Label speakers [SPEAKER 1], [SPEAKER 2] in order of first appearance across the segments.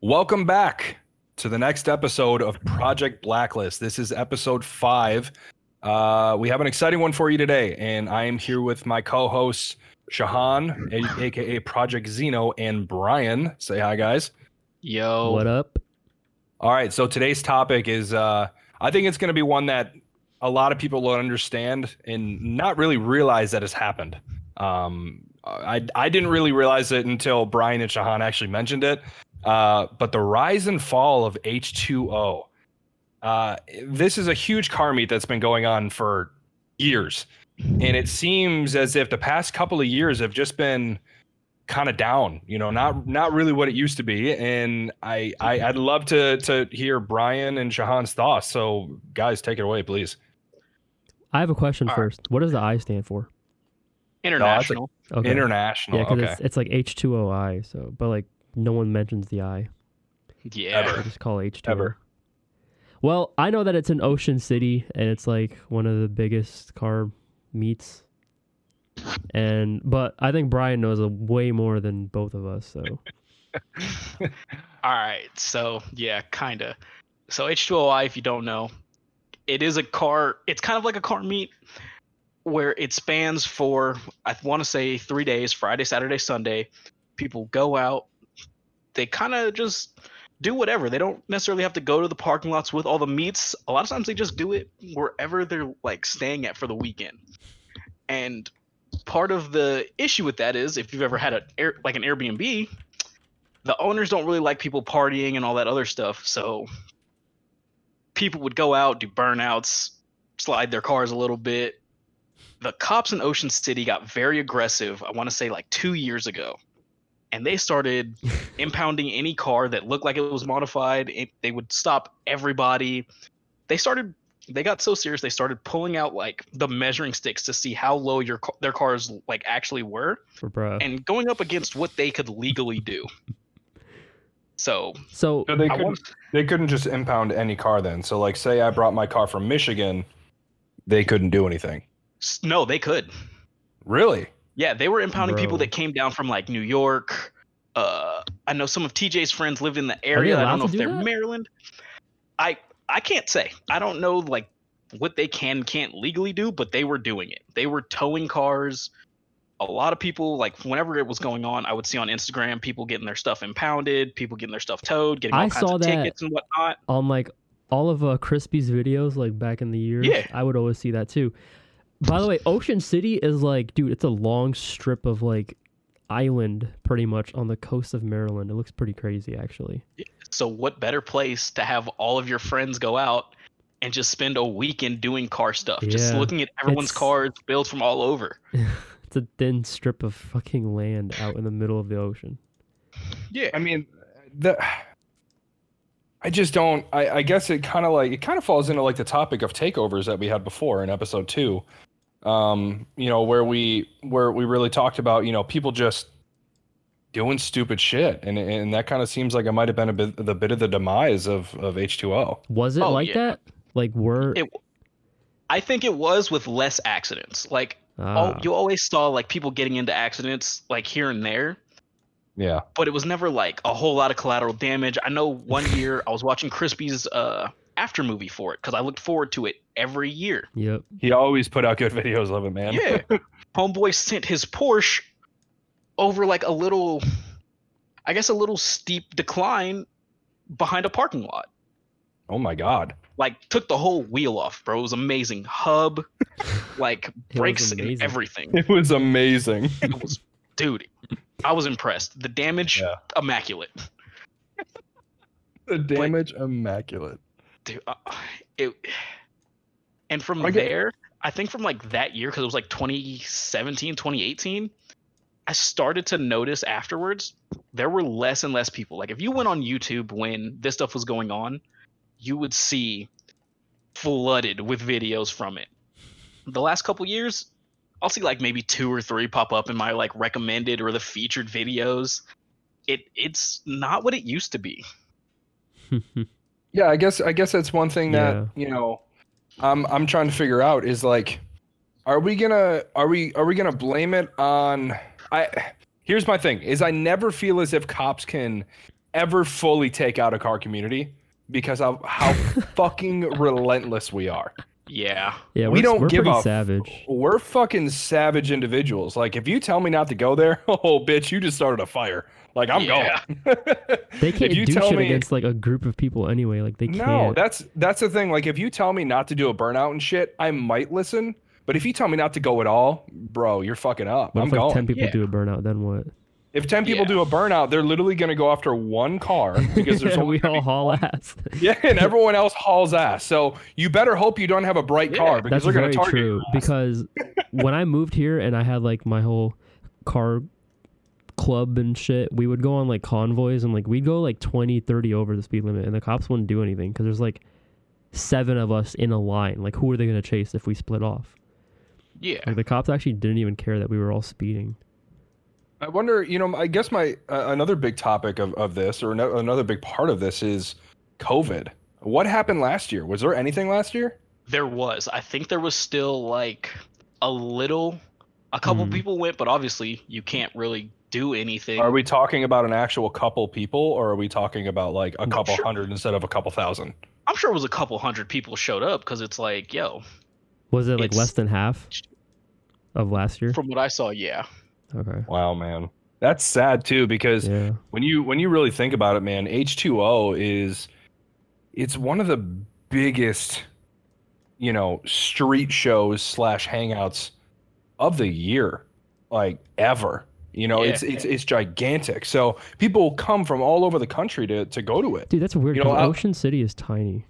[SPEAKER 1] Welcome back to the next episode of Project Blacklist. This is episode five. Uh, we have an exciting one for you today, and I am here with my co-hosts Shahan, a- aka Project Xeno, and Brian. Say hi, guys.
[SPEAKER 2] Yo,
[SPEAKER 3] What up?
[SPEAKER 1] All right. So today's topic is uh, I think it's going to be one that a lot of people don't understand and not really realize that has happened. Um, I, I didn't really realize it until Brian and Shahan actually mentioned it. Uh, but the rise and fall of H2O. Uh, this is a huge car meet that's been going on for years. And it seems as if the past couple of years have just been kind of down you know not not really what it used to be and I, I i'd love to to hear brian and shahan's thoughts so guys take it away please
[SPEAKER 3] I have a question
[SPEAKER 2] All right.
[SPEAKER 3] first. What does the I stand for?
[SPEAKER 2] international.
[SPEAKER 3] Okay.
[SPEAKER 1] international
[SPEAKER 3] yeah, because
[SPEAKER 1] okay
[SPEAKER 3] it's, it's like H2OI. So, but like no one mentions the I.
[SPEAKER 2] yeah,
[SPEAKER 3] I just call it H2O.
[SPEAKER 1] Ever.
[SPEAKER 3] Well, I know that it's in Ocean City and it's like one of the biggest car meets. And but I think Brian knows a way more than both of us. So
[SPEAKER 2] All right, so yeah, kinda. So H2OI, if you don't know, it is a car. It's kind of like a car meet where it spans for I want to say three days: Friday, Saturday, Sunday. People go out. They kind of just do whatever. They don't necessarily have to go to the parking lots with all the meets. A lot of times they just do it wherever they're like staying at for the weekend. And part of the issue with that is if you've ever had a air, like an Airbnb, the owners don't really like people partying and all that other stuff. So people would go out, do burnouts, slide their cars a little bit. The cops in Ocean City got very aggressive, I want to say like two years ago. And they started impounding any car that looked like it was modified. It, they would stop everybody. They started, they got so serious, they started pulling out like the measuring sticks to see how low your ca- their cars like actually were
[SPEAKER 3] for bro.
[SPEAKER 2] and going up against what they could legally do. So
[SPEAKER 3] So
[SPEAKER 1] so they
[SPEAKER 2] I
[SPEAKER 1] couldn't
[SPEAKER 2] want-
[SPEAKER 1] they couldn't just impound any car then so like say i brought my car from michigan they couldn't do anything
[SPEAKER 2] s- no, they could.
[SPEAKER 1] really
[SPEAKER 2] Yeah, they were impounding people
[SPEAKER 3] Bro.
[SPEAKER 2] that came down from like New York. Uh, I know some of TJ's friends lived in the
[SPEAKER 3] they
[SPEAKER 2] area. I
[SPEAKER 3] allowed
[SPEAKER 2] don't know
[SPEAKER 3] to
[SPEAKER 2] if
[SPEAKER 3] do
[SPEAKER 2] they're
[SPEAKER 3] that?
[SPEAKER 2] Maryland. I I can't say. I don't know like what they can and can't legally do, but they were doing it. They were towing cars. A lot of people like whenever it was going on, I would see on Instagram people getting their stuff impounded, people getting their stuff towed, getting all
[SPEAKER 3] I
[SPEAKER 2] kinds
[SPEAKER 3] saw
[SPEAKER 2] of
[SPEAKER 3] that.
[SPEAKER 2] tickets and whatnot.
[SPEAKER 3] on like all of uh, Crispy's videos, like back in the years,
[SPEAKER 2] Yeah.
[SPEAKER 3] I would always see that too. By the way, Ocean City is like, dude, it's a long strip of like island pretty much on the coast of Maryland. It looks pretty crazy actually.
[SPEAKER 2] So what better place to have all of your friends go out and just spend a weekend doing car stuff, just
[SPEAKER 3] Yeah.
[SPEAKER 2] looking at everyone's
[SPEAKER 3] It's-
[SPEAKER 2] cars built from all over.
[SPEAKER 3] It's a thin strip of fucking land out in the middle of the ocean.
[SPEAKER 2] Yeah.
[SPEAKER 1] I mean, the I just don't. I, I guess it kind of like it kind of falls into like the topic of takeovers that we had before in episode two. Um, you know where we where we really talked about you know people just doing stupid shit, and and that kind of seems like it might have been a bit the bit of the demise of of H two O.
[SPEAKER 3] Was it
[SPEAKER 2] Oh,
[SPEAKER 3] like
[SPEAKER 2] yeah.
[SPEAKER 3] that? Like were
[SPEAKER 2] It- I think it was with less accidents. Like
[SPEAKER 3] Ah,
[SPEAKER 2] all,
[SPEAKER 1] oh,
[SPEAKER 2] you always saw like people getting into accidents like here and there,
[SPEAKER 1] Yeah,
[SPEAKER 2] but it was never like a whole lot of collateral damage. I know one year I was watching Crispy's uh after movie for it because I looked forward to it every year.
[SPEAKER 3] yep.
[SPEAKER 1] he always put out good videos of it, man.
[SPEAKER 2] Yeah. Homeboy sent his Porsche over like a little, I guess a little steep decline behind a parking lot.
[SPEAKER 1] Oh my god.
[SPEAKER 2] Like took the whole wheel off, bro. It was amazing. Hub, like
[SPEAKER 3] was
[SPEAKER 2] brakes and
[SPEAKER 3] amazing.
[SPEAKER 2] everything.
[SPEAKER 1] It was amazing.
[SPEAKER 2] It was, dude, I was impressed. The damage,
[SPEAKER 1] Yeah.
[SPEAKER 2] immaculate.
[SPEAKER 1] the damage immaculate.
[SPEAKER 2] Dude, uh, it, and from
[SPEAKER 1] Okay.
[SPEAKER 2] there, I think from like that year, because it was like 2017, 2018, I started to notice afterwards there were less and less people. Like if you went on YouTube when this stuff was going on, you would see flooded with videos from it. The last couple years, I'll see like maybe two or three pop up in my like recommended or the featured videos. It it's not what it used to be.
[SPEAKER 1] Yeah, I guess I guess that's one thing that
[SPEAKER 3] Yeah.
[SPEAKER 1] you know, I'm I'm trying to figure out is like, are we gonna are we are we gonna blame it on I? Here's my thing: is I never feel as if cops can ever fully take out a car community because of how fucking relentless we are.
[SPEAKER 2] Yeah.
[SPEAKER 3] Yeah,
[SPEAKER 1] we
[SPEAKER 3] we're,
[SPEAKER 1] don't
[SPEAKER 3] we're
[SPEAKER 1] give
[SPEAKER 3] pretty
[SPEAKER 1] a-
[SPEAKER 3] savage.
[SPEAKER 1] We're fucking savage individuals. Like if you tell me not to go there, oh bitch, you just started a fire. Like I'm
[SPEAKER 2] Yeah.
[SPEAKER 1] going.
[SPEAKER 3] They can't
[SPEAKER 1] you
[SPEAKER 3] do
[SPEAKER 1] tell
[SPEAKER 3] shit
[SPEAKER 1] me-
[SPEAKER 3] against like a group of people anyway. Like they can't.
[SPEAKER 1] No, that's that's the thing. Like if you tell me not to do a burnout and shit, I might listen. But if you tell me not to go at all, bro, you're fucking up.
[SPEAKER 3] what
[SPEAKER 1] I'm
[SPEAKER 3] if like
[SPEAKER 1] going.
[SPEAKER 3] ten people
[SPEAKER 2] yeah.
[SPEAKER 3] do a burnout? Then what?
[SPEAKER 1] if ten people
[SPEAKER 2] Yeah.
[SPEAKER 1] do a burnout, they're literally gonna go after one car because there's only
[SPEAKER 3] we all haul ass.
[SPEAKER 1] yeah, and everyone else hauls ass. So you better hope you don't have a bright
[SPEAKER 2] Yeah,
[SPEAKER 1] car because they're
[SPEAKER 3] That's
[SPEAKER 1] gonna
[SPEAKER 3] very
[SPEAKER 1] target.
[SPEAKER 3] true.
[SPEAKER 1] you.
[SPEAKER 3] Because when I moved here and I had like my whole car club and shit, we would go on like convoys and like we'd go like 20, 30 over the speed limit and the cops wouldn't do anything because there's like seven of us in a line. Like, who are they going to chase if we split off?
[SPEAKER 2] Yeah.
[SPEAKER 3] Like, the cops actually didn't even care that we were all speeding.
[SPEAKER 1] I wonder. You know, I guess my uh, another big topic of of this, or ano- another big part of this, is COVID. What happened last year? Was there anything last year?
[SPEAKER 2] There was. I think there was still like a little a couple
[SPEAKER 3] Mhm.
[SPEAKER 2] people went, but obviously you can't really do anything.
[SPEAKER 1] Are we talking about an actual couple people, or are we talking about like a
[SPEAKER 3] I'm
[SPEAKER 1] couple
[SPEAKER 2] sure-
[SPEAKER 1] hundred instead of a couple thousand?
[SPEAKER 2] I'm sure it was a couple hundred people showed up because it's like, yo,
[SPEAKER 3] Was it like
[SPEAKER 2] It's-
[SPEAKER 3] less than half of last year?
[SPEAKER 2] from what I saw, yeah.
[SPEAKER 3] Okay.
[SPEAKER 1] Wow, man, that's sad too. Because
[SPEAKER 3] Yeah.
[SPEAKER 1] when you when you really think about it, man, H two O is it's one of the biggest, you know, street shows slash hangouts of the year, like ever. You know,
[SPEAKER 2] Yeah.
[SPEAKER 1] it's it's it's gigantic. So people come from all over the country to to go to it.
[SPEAKER 3] Dude, that's weird.
[SPEAKER 1] You know,
[SPEAKER 3] 'cause
[SPEAKER 1] I-
[SPEAKER 3] Ocean City is tiny.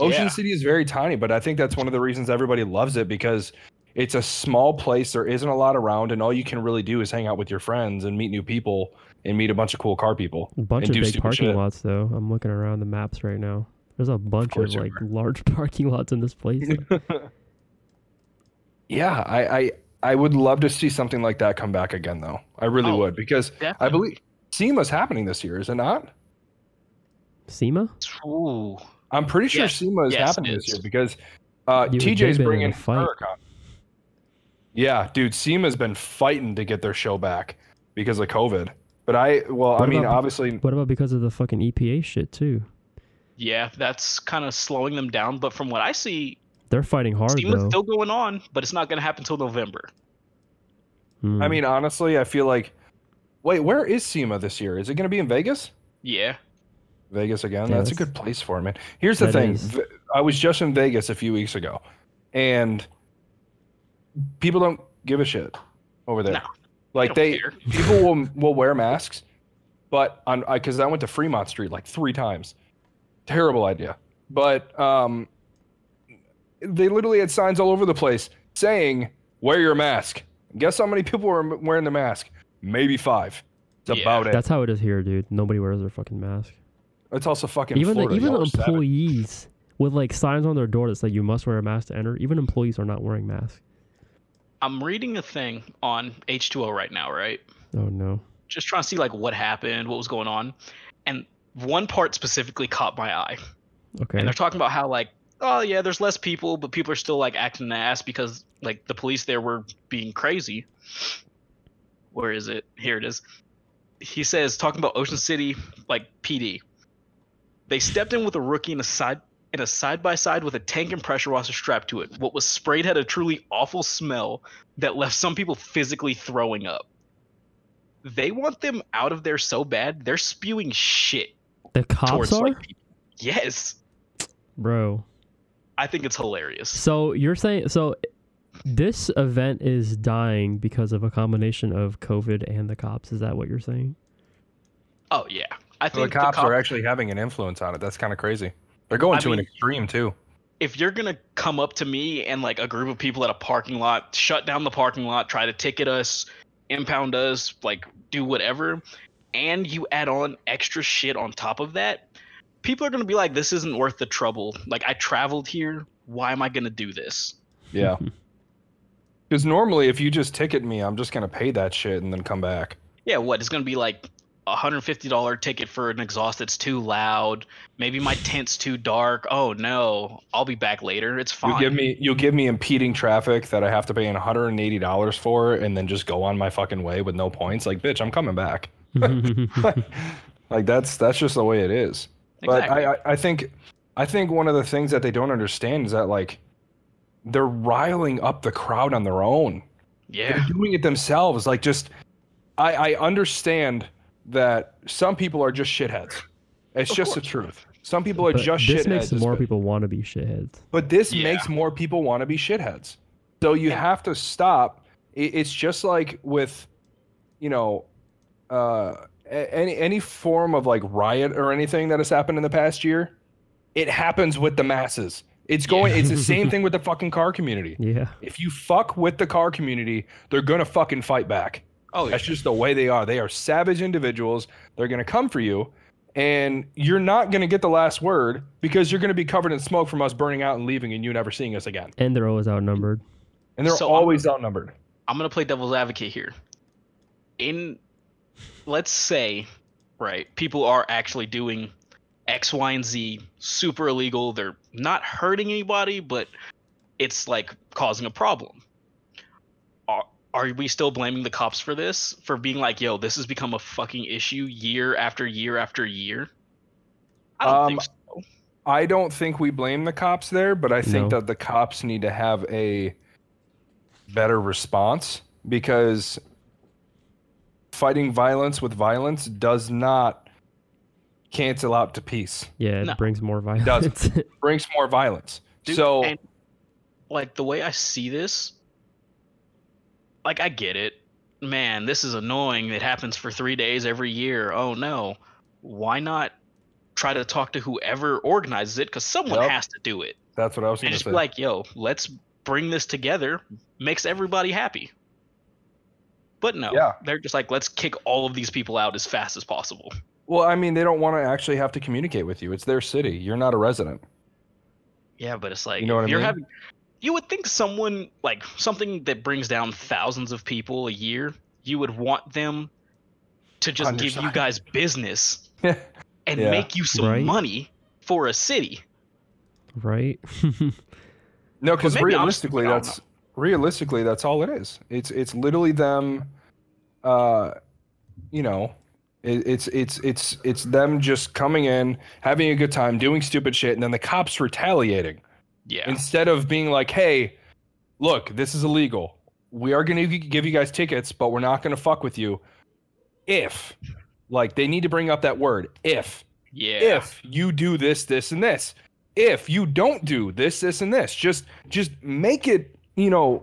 [SPEAKER 1] Ocean
[SPEAKER 2] Yeah.
[SPEAKER 1] City is very tiny, but I think that's one of the reasons everybody loves it because it's a small place. There isn't a lot around, and all you can really do is hang out with your friends and meet new people and meet a bunch of cool car people.
[SPEAKER 3] A bunch
[SPEAKER 1] and
[SPEAKER 3] of
[SPEAKER 1] do
[SPEAKER 3] big
[SPEAKER 1] stupid
[SPEAKER 3] parking
[SPEAKER 1] shit.
[SPEAKER 3] lots, though. I'm looking around the maps right now. There's a bunch of,
[SPEAKER 1] course there
[SPEAKER 3] like large parking lots in this place. though.
[SPEAKER 1] Yeah, I, I I would love to see something like that come back again, though. I really
[SPEAKER 2] Oh.
[SPEAKER 1] would because I believe SEMA's happening this year, is it not?
[SPEAKER 3] SEMA?
[SPEAKER 2] Ooh.
[SPEAKER 1] I'm pretty sure
[SPEAKER 2] Yes.
[SPEAKER 1] SEMA is
[SPEAKER 2] Yes, it
[SPEAKER 1] happening this
[SPEAKER 2] is.
[SPEAKER 1] year because uh,
[SPEAKER 3] You and
[SPEAKER 1] TJ's
[SPEAKER 3] Jay been in a
[SPEAKER 1] bringing
[SPEAKER 3] fight.
[SPEAKER 1] Huracan. Yeah, dude, SEMA's been fighting to get their show back because of COVID. But I, well, I
[SPEAKER 3] What
[SPEAKER 1] mean,
[SPEAKER 3] about-
[SPEAKER 1] obviously,
[SPEAKER 3] What about because of the fucking EPA shit too?
[SPEAKER 2] Yeah, that's kind of slowing them down. But from what I see,
[SPEAKER 3] They're fighting hard
[SPEAKER 2] SEMA's
[SPEAKER 3] though.
[SPEAKER 2] still going on, but it's not going to happen until November.
[SPEAKER 3] Hmm.
[SPEAKER 1] I mean, honestly, I feel like, wait, where is SEMA this year? Is it going to be in Vegas?
[SPEAKER 2] Yeah.
[SPEAKER 1] Vegas again.
[SPEAKER 3] Yeah,
[SPEAKER 1] that's a
[SPEAKER 3] that's-
[SPEAKER 1] good place for him. man. Here's the
[SPEAKER 3] That
[SPEAKER 1] thing.
[SPEAKER 3] is.
[SPEAKER 1] V- I was just in Vegas a few weeks ago, and people don't give a shit over there.
[SPEAKER 2] No,
[SPEAKER 1] like
[SPEAKER 2] they
[SPEAKER 1] they,
[SPEAKER 2] don't care.
[SPEAKER 1] people will will wear masks, but on I because I went to Fremont Street like three times. Terrible idea, but um, they literally had signs all over the place saying "Wear your mask." Guess how many people were wearing the mask? Maybe five. It's
[SPEAKER 2] Yeah.
[SPEAKER 1] about it.
[SPEAKER 3] that's how it is here, dude. Nobody wears their fucking mask.
[SPEAKER 1] It's also fucking
[SPEAKER 3] Even
[SPEAKER 1] Florida,
[SPEAKER 3] the, even
[SPEAKER 1] y'all
[SPEAKER 3] the
[SPEAKER 1] are savage.
[SPEAKER 3] employees with like signs on their door that say you must wear a mask to enter. Even employees are not wearing masks.
[SPEAKER 2] I'm reading a thing on H2O right now, right?
[SPEAKER 3] Oh no.
[SPEAKER 2] Just trying to see like what happened, what was going on. And one part specifically caught my eye.
[SPEAKER 3] Okay.
[SPEAKER 2] And they're talking about how like, oh yeah, there's less people, but people are still like acting an ass because like the police there were being crazy. Where is it? Here it is. He says talking about Ocean City like PD. They stepped in with a rookie in a side in a side by side with a tank and pressure washer strapped to it. What was sprayed had a truly awful smell that left some people physically throwing up. They want them out of there so bad, they're spewing shit
[SPEAKER 3] the cops
[SPEAKER 2] towards
[SPEAKER 3] are,
[SPEAKER 2] like people. Yes.
[SPEAKER 3] bro.
[SPEAKER 2] I think it's hilarious.
[SPEAKER 3] So you're saying so this event is dying because of a combination of COVID and the cops. Is that what you're saying?
[SPEAKER 2] Oh yeah, I
[SPEAKER 1] So the
[SPEAKER 2] think
[SPEAKER 1] cops
[SPEAKER 2] cop-
[SPEAKER 1] are actually having an influence on it. That's kind of crazy. They're going
[SPEAKER 2] I
[SPEAKER 1] to an
[SPEAKER 2] mean-
[SPEAKER 1] extreme too.
[SPEAKER 2] If you're gonna come up to me and like a group of people at a parking lot, shut down the parking lot, try to ticket us, impound us, like do whatever, and you add on extra shit on top of that, people are gonna be like, "This isn't worth the trouble." Like I traveled here. Why am I gonna do this?
[SPEAKER 1] Yeah. Because normally, if you just ticket me, I'm just gonna pay that shit and then come back.
[SPEAKER 2] Yeah, what? It's gonna be like a hundred fifty dollar ticket for an exhaust that's too loud. Maybe my tent's too dark. Oh no, I'll be back later. It's fine.
[SPEAKER 1] You'll give me you'll give me impeding traffic that I have to pay $180 Oh, for, and then just go on my fucking way with no points. Like, bitch, I'm coming back. Like that's that's just the way it is. But
[SPEAKER 2] Exactly.
[SPEAKER 1] I, I I think I think one of the things that they don't understand is that like they're riling up the crowd on their own.
[SPEAKER 2] yeah.
[SPEAKER 1] They're doing it themselves. Like just I I understand that some people are just shitheads. It's
[SPEAKER 2] Of
[SPEAKER 1] just the truth. Some people are
[SPEAKER 3] But
[SPEAKER 1] just
[SPEAKER 3] this
[SPEAKER 1] shitheads.
[SPEAKER 3] makes more
[SPEAKER 1] but-
[SPEAKER 3] people want to be shitheads.
[SPEAKER 1] but this
[SPEAKER 2] Yeah.
[SPEAKER 1] makes more people want to be shitheads. So you
[SPEAKER 2] Yeah.
[SPEAKER 1] have to stop. I- It's just like with, you know, uh, a- any any form of like riot or anything that has happened in the past year. It happens with the masses. It's going. It's the same thing with the fucking car community.
[SPEAKER 3] Yeah.
[SPEAKER 1] If you fuck with the car community, they're gonna fucking fight back.
[SPEAKER 2] Oh, yeah.
[SPEAKER 1] That's just the way they are. They are savage individuals. They're going to come for you, and you're not going to get the last word because you're going to be covered in smoke from us burning out and leaving and you never seeing us again.
[SPEAKER 3] And they're always outnumbered.
[SPEAKER 1] And they're
[SPEAKER 2] So, um,
[SPEAKER 1] always outnumbered.
[SPEAKER 2] I'm gonna play devil's advocate here. In let's say, right, people are actually doing X, Y, and Z super illegal. They're not hurting anybody, but it's like causing a problem. Are are we still blaming the cops for this? For being like, yo, this has become a fucking issue year after year after year? I don't think
[SPEAKER 1] Um,
[SPEAKER 2] so.
[SPEAKER 1] I don't think we blame the cops there, but I think
[SPEAKER 3] No.
[SPEAKER 1] that the cops need to have a better response because fighting violence with violence does not cancel out to peace.
[SPEAKER 3] Yeah, it
[SPEAKER 2] No.
[SPEAKER 3] brings more
[SPEAKER 1] doesn't.
[SPEAKER 3] violence.
[SPEAKER 1] Brings more violence.
[SPEAKER 2] Dude,
[SPEAKER 1] so
[SPEAKER 2] and, like the way I see this, like I get it. Man, this is annoying. It happens for three days every year. Oh no. Why not try to talk to whoever organizes it? Because someone
[SPEAKER 1] Yep.
[SPEAKER 2] has to do it.
[SPEAKER 1] that's what I was
[SPEAKER 2] And
[SPEAKER 1] going to
[SPEAKER 2] just
[SPEAKER 1] say.
[SPEAKER 2] be like, yo, let's bring this together. Makes everybody happy. But no,
[SPEAKER 1] Yeah.
[SPEAKER 2] they're just like, let's kick all of these people out as fast as possible.
[SPEAKER 1] Well, I mean, they don't want to actually have to communicate with you. It's their city. You're not a resident.
[SPEAKER 2] Yeah, but it's like
[SPEAKER 1] You know what
[SPEAKER 2] if
[SPEAKER 1] I
[SPEAKER 2] you're
[SPEAKER 1] mean?
[SPEAKER 2] having you would think someone like something that brings down thousands of people a year, you would want them to just give you
[SPEAKER 1] Understand.
[SPEAKER 2] guys business and
[SPEAKER 1] Yeah.
[SPEAKER 2] make you some
[SPEAKER 3] Right.
[SPEAKER 2] money for a city.
[SPEAKER 3] right?
[SPEAKER 1] no, because
[SPEAKER 2] maybe I'm just-
[SPEAKER 1] realistically,
[SPEAKER 2] I don't
[SPEAKER 1] that's realistically that's all it is. It's it's literally them, uh, you know, it, it's it's it's it's them just coming in, having a good time, doing stupid shit, and then the cops retaliating
[SPEAKER 2] Yeah.
[SPEAKER 1] instead of being like, hey, look, this is illegal. We are going to give you guys tickets, but we're not going to fuck with you. If, like, they need to bring up that word, if.
[SPEAKER 2] Yeah.
[SPEAKER 1] if you do this this and this if you don't do this this and this just just make it you know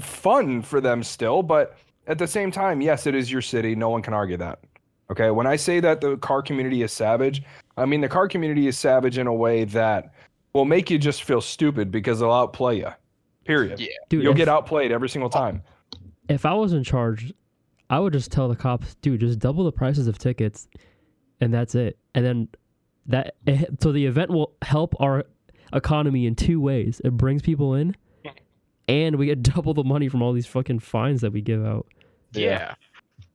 [SPEAKER 1] fun for them still but at the same time yes it is your city no one can argue that okay when i say that the car community is savage i mean the car community is savage in a way that will make you just feel stupid because they'll outplay you period
[SPEAKER 2] Yeah.
[SPEAKER 3] Dude,
[SPEAKER 1] you'll
[SPEAKER 3] if,
[SPEAKER 1] get outplayed every single time
[SPEAKER 3] if I was in charge, I would just tell the cops, dude, just double the prices of tickets, and that's it. And then that so the event will help our economy in two ways. It brings people in, and we get double the money from all these fucking fines that we give out.
[SPEAKER 2] Yeah.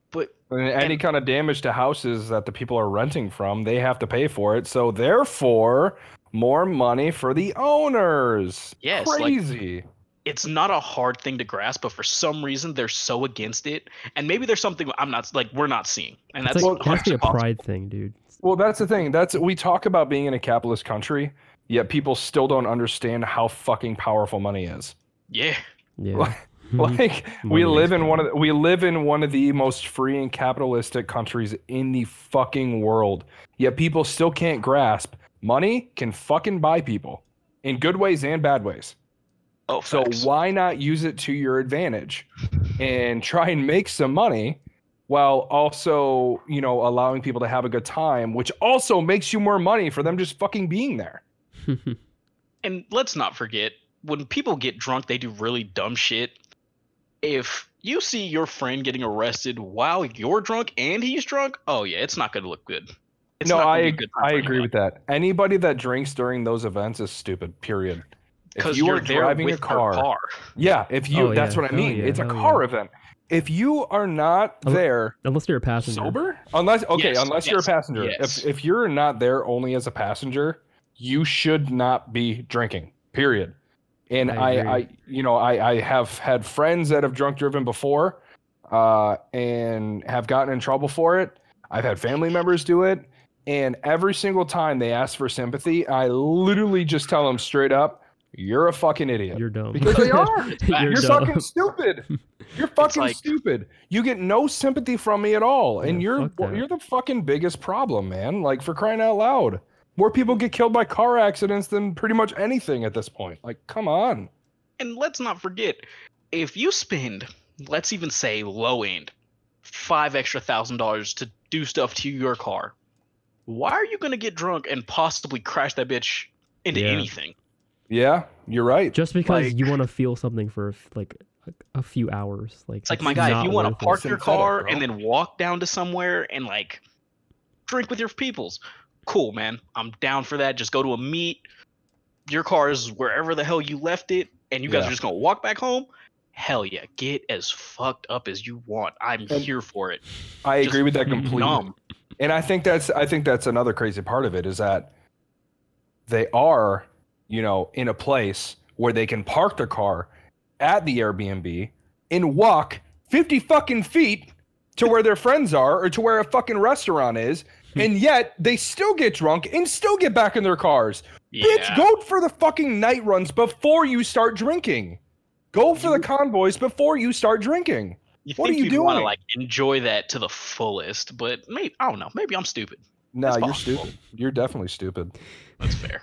[SPEAKER 2] But
[SPEAKER 1] And Uh, any kind of damage to houses that the people are renting from, they have to pay for it. So therefore, more money for the owners.
[SPEAKER 2] Yes, like-
[SPEAKER 1] crazy.
[SPEAKER 2] it's not a hard thing to grasp, but for some reason they're so against it. And maybe there's something I'm not like we're not seeing. And that's
[SPEAKER 3] It's like, it has to be a
[SPEAKER 2] 100% possible.
[SPEAKER 3] pride thing, dude.
[SPEAKER 1] well, that's the thing. That's we talk about being in a capitalist country, yet people still don't understand how fucking powerful money is.
[SPEAKER 2] Yeah.
[SPEAKER 3] Yeah.
[SPEAKER 1] Like- Like we
[SPEAKER 3] Mm-hmm. Money is
[SPEAKER 1] live in one of the, we live in one of the most free and capitalistic countries in the fucking world. Yet people still can't grasp money can fucking buy people in good ways and bad ways.
[SPEAKER 2] Oh,
[SPEAKER 1] So
[SPEAKER 2] facts.
[SPEAKER 1] why not use it to your advantage and try and make some money while also, you know, allowing people to have a good time, which also makes you more money for them just fucking being there.
[SPEAKER 2] and let's not forget when people get drunk they do really dumb shit if you see your friend getting arrested while you're drunk and he's drunk oh yeah it's not going to look good it's
[SPEAKER 1] no,
[SPEAKER 2] not gonna
[SPEAKER 1] I
[SPEAKER 2] be good for
[SPEAKER 1] I
[SPEAKER 2] anybody.
[SPEAKER 1] agree with that. Anybody that drinks during those events is stupid, period. If you
[SPEAKER 2] you're
[SPEAKER 1] are
[SPEAKER 2] there
[SPEAKER 1] driving a
[SPEAKER 2] with your
[SPEAKER 1] car,
[SPEAKER 2] car.
[SPEAKER 1] yeah, if you
[SPEAKER 3] Oh,
[SPEAKER 1] that's
[SPEAKER 3] yeah.
[SPEAKER 1] what I
[SPEAKER 3] Hell
[SPEAKER 1] mean.
[SPEAKER 3] yeah,
[SPEAKER 1] it's a
[SPEAKER 3] hell
[SPEAKER 1] car
[SPEAKER 3] yeah.
[SPEAKER 1] event. If you are not
[SPEAKER 3] Unle-
[SPEAKER 1] there
[SPEAKER 3] Unless you're a passenger.
[SPEAKER 1] sober unless okay
[SPEAKER 2] Yes,
[SPEAKER 1] unless you're a
[SPEAKER 2] yes,
[SPEAKER 1] passenger
[SPEAKER 2] yes.
[SPEAKER 1] if, if you're not there only as a passenger you should not be drinking period and
[SPEAKER 3] I
[SPEAKER 1] i i,
[SPEAKER 3] agree.
[SPEAKER 1] you know i i have had friends that have drunk driven before uh and have gotten in trouble for it I've had family members do it. And every single time they ask for sympathy, I literally just tell them straight up, you're a fucking idiot.
[SPEAKER 3] You're dumb.
[SPEAKER 1] because they are.
[SPEAKER 2] You're
[SPEAKER 1] You're,
[SPEAKER 3] dumb.
[SPEAKER 1] fucking stupid. You're fucking
[SPEAKER 2] like-
[SPEAKER 1] stupid. You get no sympathy from me at all, and
[SPEAKER 3] Yeah,
[SPEAKER 1] you're
[SPEAKER 3] fuck that.
[SPEAKER 1] you're the fucking biggest problem, man. Like for crying out loud, more people get killed by car accidents than pretty much anything at this point. Like, come on.
[SPEAKER 2] And let's not forget, if you spend, let's even say low end, five extra thousand dollars to do stuff to your car, why are you gonna get drunk and possibly crash that bitch into
[SPEAKER 3] Yeah.
[SPEAKER 2] anything?
[SPEAKER 1] Yeah, you're right.
[SPEAKER 3] Just because
[SPEAKER 2] Like-
[SPEAKER 3] you want to feel something for like a- a few hours, like
[SPEAKER 2] It's like my guy, if
[SPEAKER 3] not
[SPEAKER 2] you want
[SPEAKER 3] worth
[SPEAKER 2] to
[SPEAKER 3] it.
[SPEAKER 2] park your
[SPEAKER 1] Synthetic,
[SPEAKER 2] car
[SPEAKER 1] bro.
[SPEAKER 2] and then walk down to somewhere and like drink with your peoples, cool man. I'm down for that. Just go to a meet. Your car is wherever the hell you left it, and you guys
[SPEAKER 1] Yeah.
[SPEAKER 2] are just gonna walk back home. Hell yeah, get as fucked up as you want. I'm
[SPEAKER 1] And-
[SPEAKER 2] here for it.
[SPEAKER 1] I
[SPEAKER 2] just
[SPEAKER 1] agree with that completely.
[SPEAKER 2] Numb.
[SPEAKER 1] And I think that's I think that's another crazy part of it is that they are, you know, in a place where they can park their car at the Airbnb and walk 50 fucking feet to where their friends are or to where a fucking restaurant is
[SPEAKER 2] Hmm.
[SPEAKER 1] and yet they still get drunk and still get back in their cars. Bitch,
[SPEAKER 2] Yeah.
[SPEAKER 1] go for the fucking night runs before you start drinking. Go for the
[SPEAKER 2] You-
[SPEAKER 1] convoys before you start drinking.
[SPEAKER 2] You
[SPEAKER 1] What are
[SPEAKER 2] think
[SPEAKER 1] you
[SPEAKER 2] you'd want to
[SPEAKER 1] doing?
[SPEAKER 2] like enjoy that to the fullest, but maybe I don't know. Maybe I'm stupid.
[SPEAKER 1] No,
[SPEAKER 2] That's
[SPEAKER 1] you're
[SPEAKER 2] possible.
[SPEAKER 1] stupid. You're definitely stupid.
[SPEAKER 2] That's fair.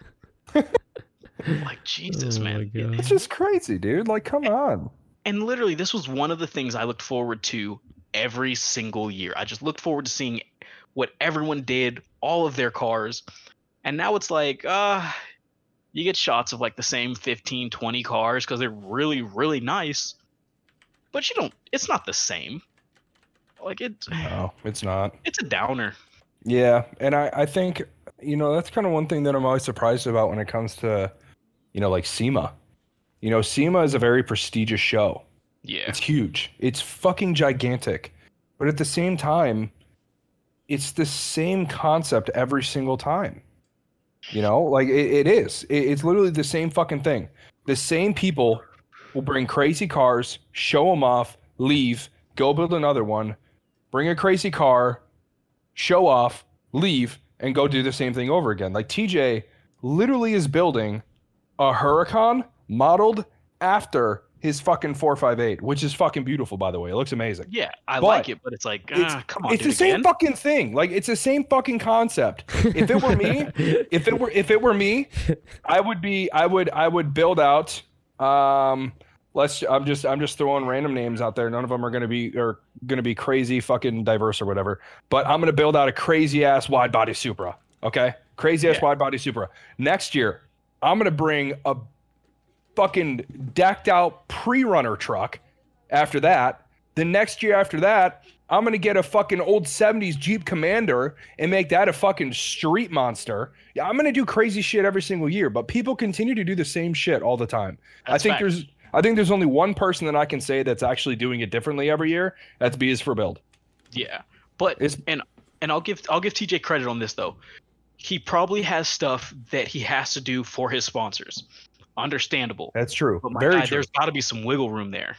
[SPEAKER 2] like Jesus,
[SPEAKER 3] Oh my
[SPEAKER 2] man.
[SPEAKER 3] God.
[SPEAKER 1] It's just crazy, dude. Like, come on.
[SPEAKER 2] And literally, this was one of the things I looked forward to every single year. I just looked forward to seeing what everyone did, all of their cars. And now it's like, uh, you get shots of like the same 15, 20 cars because they're really, really nice. But you don't, it's not the same. Like, it,
[SPEAKER 1] No, it's not.
[SPEAKER 2] it's a downer.
[SPEAKER 1] Yeah, and I, I think you know that's kind of one thing that I'm always surprised about when it comes to, you know, like SEMA. You know, SEMA is a very prestigious show.
[SPEAKER 2] Yeah.
[SPEAKER 1] It's huge. It's fucking gigantic. But at the same time, it's the same concept every single time. You know, like it, it is. It, it's literally the same fucking thing. The same people will bring crazy cars, show them off, leave, go build another one, bring a crazy car, show off, leave, and go do the same thing over again. Like TJ literally is building a Huracan modeled after his fucking 458, which is fucking beautiful, by the way. It looks amazing.
[SPEAKER 2] Yeah, I
[SPEAKER 1] But
[SPEAKER 2] like it, but it's like,
[SPEAKER 1] it's-
[SPEAKER 2] ah, come on,
[SPEAKER 1] it's
[SPEAKER 2] do
[SPEAKER 1] the
[SPEAKER 2] it
[SPEAKER 1] same
[SPEAKER 2] again.
[SPEAKER 1] fucking thing. Like it's the same fucking concept. If it were me, if it were if it were me, I would be I would I would build out um let's I'm just I'm just throwing random names out there. None of them are going to be are going to be crazy fucking diverse or whatever. But I'm going to build out a crazy ass wide body Supra, okay? Crazy ass
[SPEAKER 2] Yeah.
[SPEAKER 1] wide body Supra. Next year, I'm going to bring a fucking decked out pre-runner truck after that. The next year after that, I'm gonna get a fucking old 70s Jeep Commander and make that a fucking street monster. Yeah, I'm gonna do crazy shit every single year, but people continue to do the same shit all the time. I
[SPEAKER 2] That's
[SPEAKER 1] think
[SPEAKER 2] fact.
[SPEAKER 1] there's I think there's only one person that I can say that's actually doing it differently every year. That's B is for build.
[SPEAKER 2] Yeah, but
[SPEAKER 1] It's-
[SPEAKER 2] and and I'll give I'll give TJ credit on this though. He probably has stuff that he has to do for his sponsors. Understandable.
[SPEAKER 1] That's true.
[SPEAKER 2] But Oh my
[SPEAKER 1] Very
[SPEAKER 2] guy,
[SPEAKER 1] true.
[SPEAKER 2] there's got to be some wiggle room there.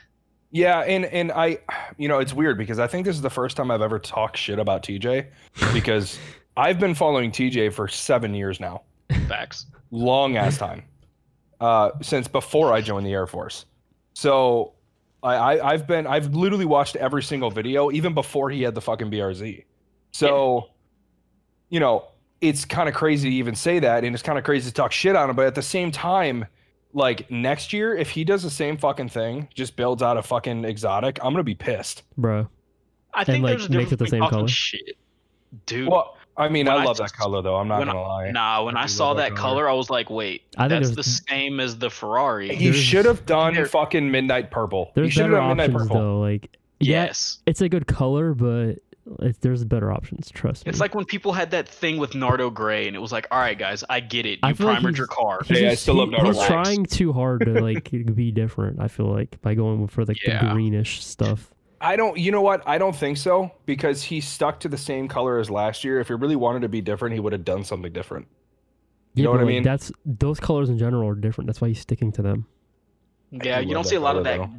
[SPEAKER 1] Yeah, and and I, you know, it's weird because I think this is the first time I've ever talked shit about TJ because I've been following TJ for seven years now,
[SPEAKER 2] Facts.
[SPEAKER 1] long ass time, uh, since before I joined the Air Force. So I, I I've been I've literally watched every single video even before he had the fucking BRZ. So, you know, it's kind of crazy to even say that, and it's kind of crazy to talk shit on him. But at the same time, like next year, if he does the same fucking thing, just builds out a fucking exotic, I'm gonna be pissed.
[SPEAKER 3] bro,
[SPEAKER 2] I think
[SPEAKER 3] like,
[SPEAKER 2] there's a
[SPEAKER 3] makes
[SPEAKER 2] difference
[SPEAKER 3] it the
[SPEAKER 2] between
[SPEAKER 3] same
[SPEAKER 2] talking
[SPEAKER 3] color?
[SPEAKER 2] Shit, dude.
[SPEAKER 1] Well, I mean,
[SPEAKER 2] When
[SPEAKER 1] I
[SPEAKER 2] I
[SPEAKER 1] love
[SPEAKER 2] just-
[SPEAKER 1] that color though. I'm not
[SPEAKER 2] when I-
[SPEAKER 1] gonna lie.
[SPEAKER 2] nah, when I
[SPEAKER 1] I do
[SPEAKER 2] saw
[SPEAKER 1] love
[SPEAKER 2] that
[SPEAKER 1] that color.
[SPEAKER 2] color, I was like, wait,
[SPEAKER 3] I think
[SPEAKER 2] that's
[SPEAKER 3] it
[SPEAKER 2] the
[SPEAKER 3] was-
[SPEAKER 2] same as the Ferrari.
[SPEAKER 1] You
[SPEAKER 3] There's-
[SPEAKER 1] should have done
[SPEAKER 2] there-
[SPEAKER 1] fucking midnight purple. You
[SPEAKER 3] there's
[SPEAKER 1] should have
[SPEAKER 3] better
[SPEAKER 1] done midnight
[SPEAKER 3] options
[SPEAKER 1] purple.
[SPEAKER 3] though. Like, yeah,
[SPEAKER 2] yes.
[SPEAKER 3] it's a good color, but it, there's better options. Trust me.
[SPEAKER 2] It's like when people had that thing with Nardo Gray, and it was like, all right, guys, I get it.
[SPEAKER 3] I
[SPEAKER 2] You
[SPEAKER 3] feel like
[SPEAKER 2] primered
[SPEAKER 3] he's-
[SPEAKER 2] your car.
[SPEAKER 1] Hey, I
[SPEAKER 3] just-
[SPEAKER 1] still love Narwhal
[SPEAKER 3] He's
[SPEAKER 2] Blacks.
[SPEAKER 3] trying too hard to like be different. I feel like by going for like the
[SPEAKER 2] Yeah.
[SPEAKER 3] greenish stuff.
[SPEAKER 1] I don't. You know what? I don't think so because he stuck to the same color as last year. If he really wanted to be different, he would have done something different. You know
[SPEAKER 3] Yeah,
[SPEAKER 1] what
[SPEAKER 3] but,
[SPEAKER 1] I
[SPEAKER 3] like,
[SPEAKER 1] mean?
[SPEAKER 3] That's those colors in general are different. That's why he's sticking to them.
[SPEAKER 2] Yeah,
[SPEAKER 1] do
[SPEAKER 2] you
[SPEAKER 1] love
[SPEAKER 2] don't
[SPEAKER 1] that
[SPEAKER 2] see a lot of
[SPEAKER 1] color,
[SPEAKER 2] that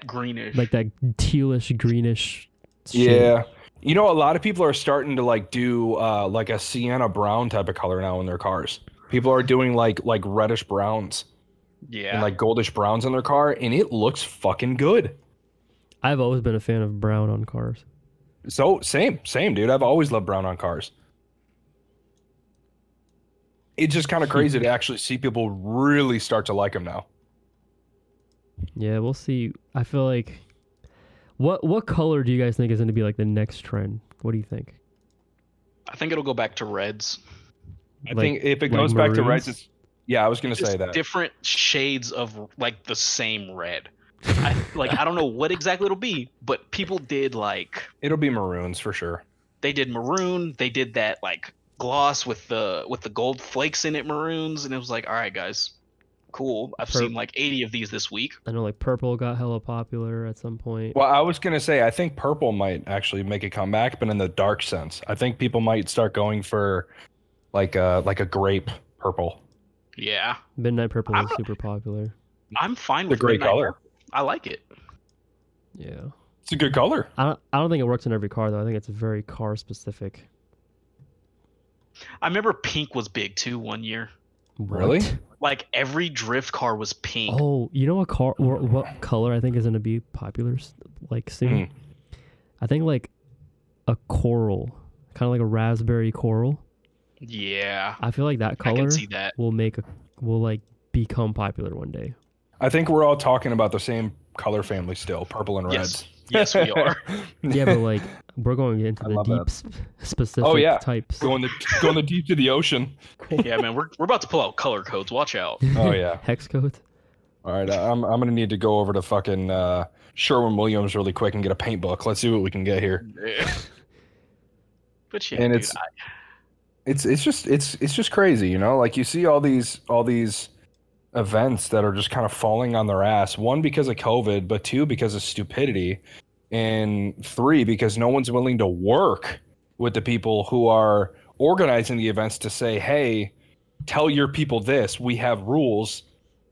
[SPEAKER 2] that greenish.
[SPEAKER 3] Like that tealish greenish. shade.
[SPEAKER 1] Yeah. You know, a lot of people are starting to like do uh, like a sienna brown type of color now in their cars. People are doing like like reddish browns
[SPEAKER 2] Yeah.
[SPEAKER 1] and like goldish browns in their car, and it looks fucking good.
[SPEAKER 3] I've always been a fan of brown on cars.
[SPEAKER 1] So same, same, dude. I've always loved brown on cars. It's just kind of crazy to actually see people really start to like them now.
[SPEAKER 3] Yeah, we'll see. I feel like what what color do you guys think is going to be like the next trend? What do you think?
[SPEAKER 2] I think it'll go back to reds.
[SPEAKER 1] I
[SPEAKER 3] Like-
[SPEAKER 1] think if it
[SPEAKER 3] like
[SPEAKER 1] goes back to
[SPEAKER 3] maroons?
[SPEAKER 1] reds, it's, yeah, I was gonna
[SPEAKER 2] Just
[SPEAKER 1] say that.
[SPEAKER 2] Different shades of like the same red. I, like I don't know what exactly it'll be, but people did like
[SPEAKER 1] It'll be maroons for sure.
[SPEAKER 2] they did maroon, they did that like gloss with the with the gold flakes in it maroons, and it was like, all right, guys, cool. I've
[SPEAKER 3] Purp-
[SPEAKER 2] seen like 80 of these this week.
[SPEAKER 3] I know like purple got hella popular at some point.
[SPEAKER 1] Well, I was gonna say I think purple might actually make a comeback, but in the dark sense. I think people might start going for like a like a grape purple,
[SPEAKER 2] Yeah,
[SPEAKER 3] Midnight purple
[SPEAKER 2] I'm
[SPEAKER 3] was super popular.
[SPEAKER 2] I'm fine
[SPEAKER 1] the
[SPEAKER 2] with
[SPEAKER 1] gray
[SPEAKER 2] midnight
[SPEAKER 1] color.
[SPEAKER 2] purple. I like it.
[SPEAKER 3] Yeah.
[SPEAKER 1] It's a good color.
[SPEAKER 3] I don't, I don't think it works in every car though. I think it's very car specific.
[SPEAKER 2] I remember pink was big too one year.
[SPEAKER 1] Really?
[SPEAKER 3] What?
[SPEAKER 2] Like every drift car was pink.
[SPEAKER 3] Oh, you know what car? What, what color I think is going to be popular s- like
[SPEAKER 1] Hmm.
[SPEAKER 3] soon? I think like a coral, kind of like a raspberry coral.
[SPEAKER 2] Yeah,
[SPEAKER 3] I feel like that
[SPEAKER 2] I
[SPEAKER 3] color
[SPEAKER 2] can see that.
[SPEAKER 3] will make a will like become popular one day.
[SPEAKER 1] I think we're all talking about the same color family still, purple and reds.
[SPEAKER 2] Yes, yes, we are.
[SPEAKER 3] Yeah, but like we're going into
[SPEAKER 1] I
[SPEAKER 3] the
[SPEAKER 1] love
[SPEAKER 3] deep
[SPEAKER 1] that. Oh,
[SPEAKER 3] sp- specific
[SPEAKER 1] yeah.
[SPEAKER 3] types.
[SPEAKER 1] going the going the deep to the ocean.
[SPEAKER 2] yeah, man, we're, we're about to pull out color codes. Watch out.
[SPEAKER 1] Oh yeah.
[SPEAKER 3] Hex code.
[SPEAKER 1] All right, I- I'm I'm gonna need to go over to fucking uh, Sherwin Williams really quick and get a paint book. Let's see what we can get here.
[SPEAKER 2] but yeah,
[SPEAKER 1] And
[SPEAKER 2] dude,
[SPEAKER 1] it's it's it's just it's it's just crazy, you know. Like you see all these all these events that are just kind of falling on their ass. One because of COVID, but two because of stupidity, and three because no one's willing to work with the people who are organizing the events to say, "Hey, tell your people this. We have rules."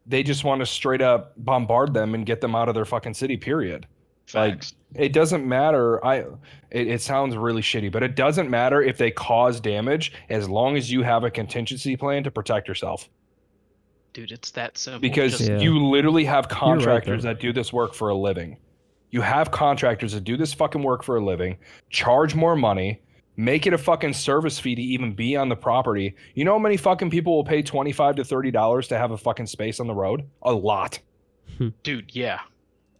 [SPEAKER 1] They just want to straight up bombard them and get them out of their fucking city. Period like-
[SPEAKER 2] facts.
[SPEAKER 1] it doesn't matter i it, it sounds really shitty but it doesn't matter if they cause damage as long as you have a contingency plan to protect yourself
[SPEAKER 2] dude, it's that simple.
[SPEAKER 1] because
[SPEAKER 2] Just-
[SPEAKER 3] Yeah.
[SPEAKER 1] you literally have
[SPEAKER 3] right,
[SPEAKER 1] contractors
[SPEAKER 3] though.
[SPEAKER 1] that do this work for a living you have contractors that do this fucking work for a living charge more money make it a fucking service fee to even be on the property you know how many fucking people will pay 25 to 30 dollars to have a fucking space on the road a lot
[SPEAKER 2] dude, yeah,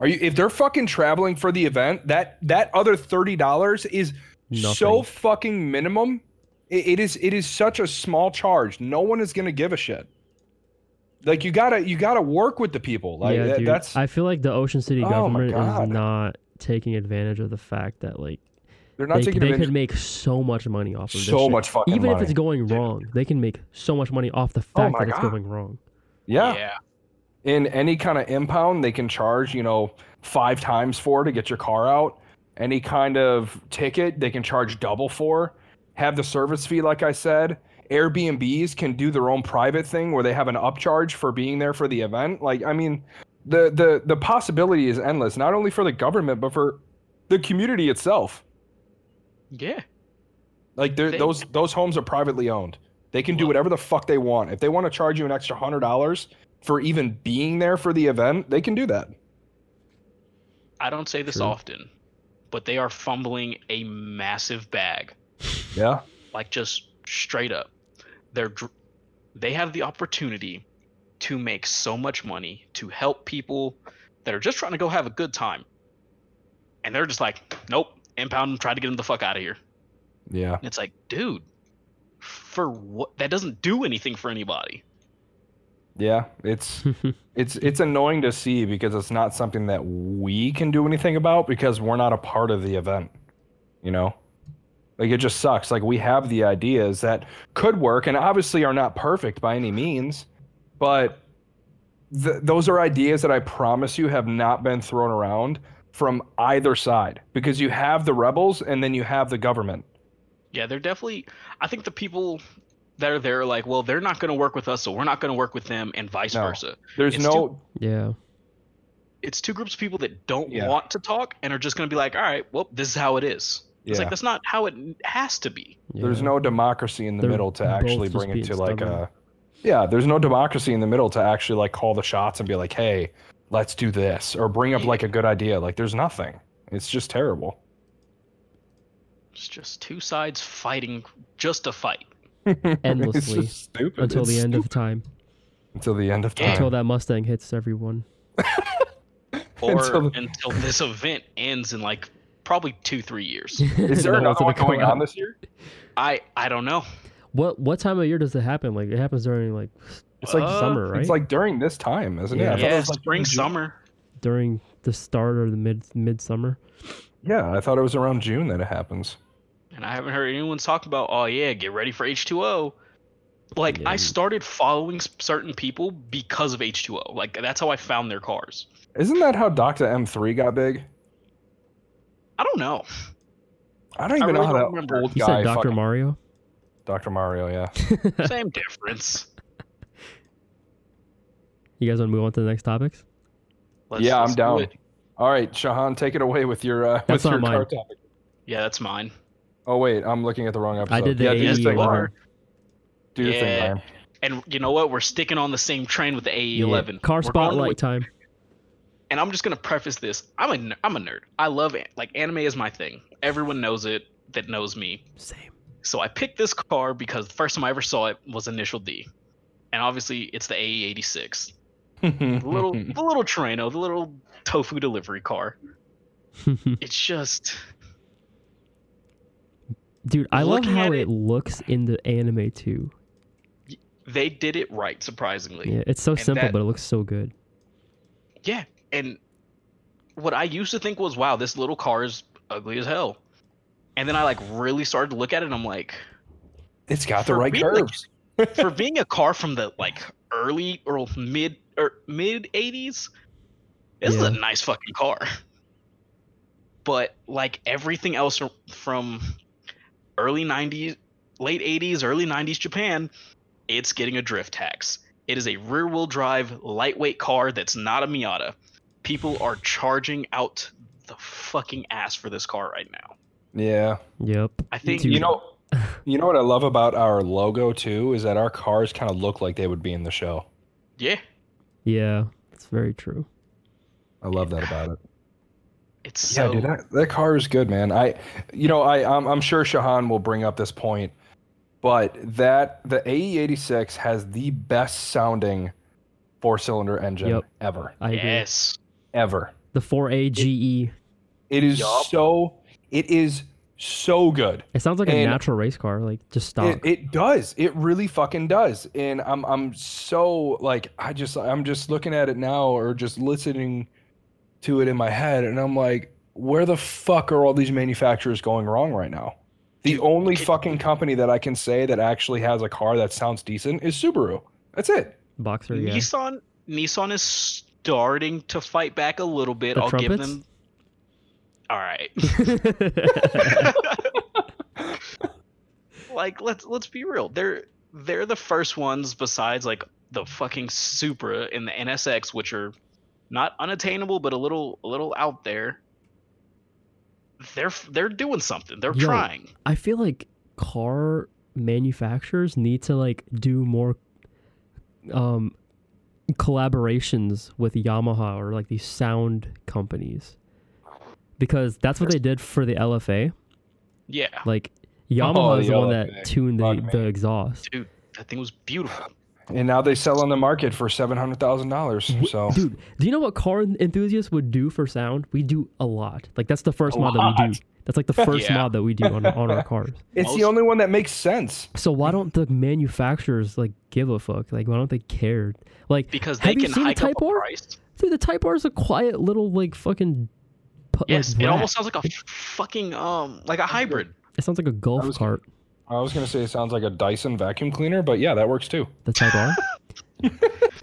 [SPEAKER 1] Are you if they're fucking traveling for the event, that that other thirty dollars is so
[SPEAKER 3] Nothing.
[SPEAKER 1] fucking minimum. It- it is it is such a small charge. No one is gonna give a shit. Like you gotta you gotta work with the people. Like
[SPEAKER 3] yeah,
[SPEAKER 1] that-
[SPEAKER 3] dude.
[SPEAKER 1] that's
[SPEAKER 3] I feel like the Ocean City
[SPEAKER 1] Oh my
[SPEAKER 3] government
[SPEAKER 1] God.
[SPEAKER 3] is not taking advantage of the fact that like
[SPEAKER 1] they're not
[SPEAKER 3] they,
[SPEAKER 1] taking
[SPEAKER 3] they
[SPEAKER 1] advantage
[SPEAKER 3] could make so much money off of this.
[SPEAKER 1] so
[SPEAKER 3] shit.
[SPEAKER 1] much fucking
[SPEAKER 3] even if
[SPEAKER 1] money. Oh
[SPEAKER 3] it's going wrong, they can make so much money off the fact
[SPEAKER 1] my
[SPEAKER 3] that it's
[SPEAKER 1] God.
[SPEAKER 3] going wrong.
[SPEAKER 1] yeah.
[SPEAKER 2] yeah,
[SPEAKER 1] In any kind of impound, they can charge, you know, five times for to get your car out. Any kind of ticket, they can charge double for. Have the service fee, like I said. Airbnbs can do their own private thing where they have an upcharge for being there for the event. Like, I mean, the the the possibility is endless, not only for the government but for the community itself.
[SPEAKER 2] yeah.
[SPEAKER 1] Like they're
[SPEAKER 2] They-
[SPEAKER 1] those those homes are privately owned. They can do
[SPEAKER 2] Well-
[SPEAKER 1] whatever the fuck they want. If they want to charge you an extra hundred dollars for even being there for the event, they can do that.
[SPEAKER 2] I don't say this
[SPEAKER 3] True.
[SPEAKER 2] often, but they are fumbling a massive bag,
[SPEAKER 1] Yeah.
[SPEAKER 2] like just straight up. They're dr- they have the opportunity to make so much money to help people that are just trying to go have a good time, and they're just like, nope, impound them, try to get them the fuck out of here.
[SPEAKER 1] Yeah.
[SPEAKER 2] And it's like, dude, for what? That doesn't do anything for anybody.
[SPEAKER 1] Yeah. It's it's it's annoying to see because it's not something that we can do anything about because we're not a part of the event. You know? Like it just sucks. Like we have the ideas that could work and obviously are not perfect by any means, but th- those are ideas that I promise you have not been thrown around from either side because you have the rebels and then you have the government.
[SPEAKER 2] Yeah, they're definitely. I think the people that are there are like, well, they're not going to work with us, so we're not going to work with them, and vice
[SPEAKER 1] No.
[SPEAKER 2] versa.
[SPEAKER 1] There's
[SPEAKER 2] It's
[SPEAKER 1] no
[SPEAKER 3] yeah.
[SPEAKER 2] It's two groups of people that don't
[SPEAKER 1] Yeah.
[SPEAKER 2] want to talk and are just going to be like, all right, well, this is how it is. It's like that's not how it has to be.
[SPEAKER 1] There's
[SPEAKER 3] Yeah.
[SPEAKER 1] no democracy in the
[SPEAKER 3] They're
[SPEAKER 1] middle to
[SPEAKER 3] both
[SPEAKER 1] actually
[SPEAKER 3] just
[SPEAKER 1] bring it
[SPEAKER 3] being
[SPEAKER 1] to like
[SPEAKER 3] stubborn.
[SPEAKER 1] a yeah, there's no democracy in the middle to actually like call the shots and be like, "Hey, let's do this" or bring up like a good idea. Like there's nothing. It's just terrible.
[SPEAKER 2] It's just two sides fighting just to fight.
[SPEAKER 1] it's
[SPEAKER 3] endlessly
[SPEAKER 1] just stupid.
[SPEAKER 3] until
[SPEAKER 1] It's
[SPEAKER 3] the end
[SPEAKER 1] stu-
[SPEAKER 3] of time.
[SPEAKER 1] until the end of time.
[SPEAKER 3] Until that Mustang hits everyone.
[SPEAKER 2] Or
[SPEAKER 1] Until-
[SPEAKER 2] until, this event ends in like probably two, three years.
[SPEAKER 1] Is there another one going on this year?
[SPEAKER 2] I I don't know.
[SPEAKER 3] What what time of year does it happen? Like it happens during like
[SPEAKER 1] It's like
[SPEAKER 2] Uh,
[SPEAKER 3] summer, right?
[SPEAKER 1] It's like during this time, isn't it?
[SPEAKER 3] Yeah.
[SPEAKER 1] I
[SPEAKER 2] Yeah,
[SPEAKER 1] thought it was, like,
[SPEAKER 2] spring,
[SPEAKER 1] in June.
[SPEAKER 2] summer.
[SPEAKER 3] during the start or the mid midsummer.
[SPEAKER 1] Yeah, I thought it was around June that it happens.
[SPEAKER 2] And I haven't heard anyone talk about, oh yeah, get ready for H2O. Like
[SPEAKER 3] Yeah.
[SPEAKER 2] I started following s- certain people because of H2O. Like that's how I found their cars.
[SPEAKER 1] Isn't that how Doctor M3 got big?
[SPEAKER 2] I don't know.
[SPEAKER 1] I don't even
[SPEAKER 2] really
[SPEAKER 1] know how
[SPEAKER 2] don't
[SPEAKER 1] that
[SPEAKER 2] remember.
[SPEAKER 1] old
[SPEAKER 3] You
[SPEAKER 1] guy.
[SPEAKER 3] said Doctor
[SPEAKER 1] fucking-
[SPEAKER 3] Mario.
[SPEAKER 1] Dr. Mario, yeah.
[SPEAKER 2] Same difference.
[SPEAKER 3] You guys want to move on to the next topics?
[SPEAKER 2] Let's-
[SPEAKER 1] yeah, I'm
[SPEAKER 2] let's do
[SPEAKER 1] down.
[SPEAKER 2] it.
[SPEAKER 1] All right, Shahan, take it away with your uh, with
[SPEAKER 3] That's not
[SPEAKER 1] your car
[SPEAKER 3] mine.
[SPEAKER 1] topic.
[SPEAKER 2] Yeah, that's mine.
[SPEAKER 1] Oh wait, I'm looking at the wrong episode.
[SPEAKER 3] I did the
[SPEAKER 1] yeah, do your
[SPEAKER 2] Yes,
[SPEAKER 3] AE
[SPEAKER 1] thing,
[SPEAKER 2] you
[SPEAKER 3] one.
[SPEAKER 1] Ryan.
[SPEAKER 2] are.
[SPEAKER 1] Do your thing,
[SPEAKER 2] Yeah.
[SPEAKER 1] Ryan.
[SPEAKER 2] And you know what? We're sticking on the same train with the AE11.
[SPEAKER 3] Yeah. Car
[SPEAKER 2] E We're going
[SPEAKER 3] spotlight
[SPEAKER 2] with-
[SPEAKER 3] time.
[SPEAKER 2] and I'm just gonna preface this. I'm a ner- I'm a nerd. I love it. Like anime is my thing. Everyone knows it that knows me.
[SPEAKER 3] Same.
[SPEAKER 2] So I picked this car because the first time I ever saw it was Initial D, and obviously it's the E AE86, the little the little Treno, the little tofu delivery car. It's just
[SPEAKER 3] Dude, I love
[SPEAKER 2] Looking
[SPEAKER 3] how
[SPEAKER 2] at
[SPEAKER 3] it,
[SPEAKER 2] it-
[SPEAKER 3] looks in the anime too.
[SPEAKER 2] they did it right, surprisingly.
[SPEAKER 3] Yeah, it's so
[SPEAKER 2] And
[SPEAKER 3] simple,
[SPEAKER 2] that-
[SPEAKER 3] but it looks so good.
[SPEAKER 2] Yeah, and what I used to think was, wow, this little car is ugly as hell. And then I like really started to look at it and I'm like,
[SPEAKER 1] it's got the
[SPEAKER 2] For
[SPEAKER 1] right
[SPEAKER 2] me, like-
[SPEAKER 1] curves.
[SPEAKER 2] for being a car from the like early or mid or mid 80s this is a
[SPEAKER 3] Yeah.
[SPEAKER 2] nice fucking car but like everything else ar- from early 90s late 80s early 90s japan it's getting a drift tax it is a rear wheel drive lightweight car that's not a miata people are charging out the fucking ass for this car right now
[SPEAKER 1] yeah.
[SPEAKER 3] Yep.
[SPEAKER 2] i think
[SPEAKER 3] Dude.
[SPEAKER 1] You know you know what I love about our logo too is that our cars kind of look like they would be in the show.
[SPEAKER 2] yeah
[SPEAKER 3] Yeah, that's very true.
[SPEAKER 1] I love that about it.
[SPEAKER 2] it's
[SPEAKER 1] yeah,
[SPEAKER 2] so
[SPEAKER 1] dude, that, that car is good, man. I, you know, I, I'm, I'm sure Shahan will bring up this point, but that the AE86 has the best sounding four cylinder engine
[SPEAKER 3] Yep.
[SPEAKER 1] ever,
[SPEAKER 3] I agree.
[SPEAKER 2] yes
[SPEAKER 1] ever.
[SPEAKER 3] The 4AGE.
[SPEAKER 1] It is
[SPEAKER 2] Yup.
[SPEAKER 1] so, it is so good.
[SPEAKER 3] It sounds like a
[SPEAKER 1] And-
[SPEAKER 3] natural race car, like just stock.
[SPEAKER 1] It, it does. It really fucking does. And I'm, I'm so like, I just, I'm just looking at it now or just listening to it in my head, and I'm like, where the fuck are all these manufacturers going wrong right now? The only
[SPEAKER 2] it-
[SPEAKER 1] fucking company that I can say that actually has a car that sounds decent is Subaru. That's it.
[SPEAKER 3] Boxer, yeah.
[SPEAKER 2] Nissan Nissan is starting to fight back a little bit.
[SPEAKER 3] The
[SPEAKER 2] I'll give
[SPEAKER 3] trumpets?
[SPEAKER 2] them. All right. like let's let's be real. They're they're the first ones besides like the fucking Supra and the NSX which are not unattainable but a little a little out there. They're they're doing something. They're
[SPEAKER 3] Yo,
[SPEAKER 2] trying.
[SPEAKER 3] I feel like car manufacturers need to like do more um collaborations with Yamaha or like these sound companies. Because that's what they did for the LFA.
[SPEAKER 2] Yeah.
[SPEAKER 3] Like Yamaha
[SPEAKER 1] Oh,
[SPEAKER 3] is the
[SPEAKER 1] the
[SPEAKER 3] one
[SPEAKER 1] LFA.
[SPEAKER 3] that tuned the,
[SPEAKER 1] Fuck
[SPEAKER 3] the
[SPEAKER 1] me.
[SPEAKER 3] exhaust.
[SPEAKER 2] That thing was beautiful.
[SPEAKER 1] And now they sell on the market for seven hundred thousand dollars.
[SPEAKER 2] Oh.
[SPEAKER 1] So
[SPEAKER 3] Dude, do you know what car enthusiasts would do for sound? We do a lot. Like that's the first
[SPEAKER 1] A
[SPEAKER 3] mod that we
[SPEAKER 1] lot.
[SPEAKER 3] do. That's like the first
[SPEAKER 2] Yeah.
[SPEAKER 3] mod that we do on, on our cars.
[SPEAKER 1] it's
[SPEAKER 2] Most-
[SPEAKER 1] the only one that makes sense.
[SPEAKER 3] So why don't the manufacturers like give a fuck? Like why don't they care? Like
[SPEAKER 2] Because
[SPEAKER 3] Have
[SPEAKER 2] they
[SPEAKER 3] you
[SPEAKER 2] can
[SPEAKER 3] seen the
[SPEAKER 2] hike up
[SPEAKER 3] Type
[SPEAKER 2] a
[SPEAKER 3] R?
[SPEAKER 2] price.
[SPEAKER 3] Dude, the Type R is a quiet little like fucking. pu-
[SPEAKER 2] Yes,
[SPEAKER 3] like,
[SPEAKER 2] it
[SPEAKER 3] rat.
[SPEAKER 2] almost sounds like a fucking um like a hybrid.
[SPEAKER 3] It sounds like a golf
[SPEAKER 1] was-
[SPEAKER 3] cart.
[SPEAKER 1] I was gonna say it sounds like a Dyson vacuum cleaner, but yeah, that works too.
[SPEAKER 3] The Type R.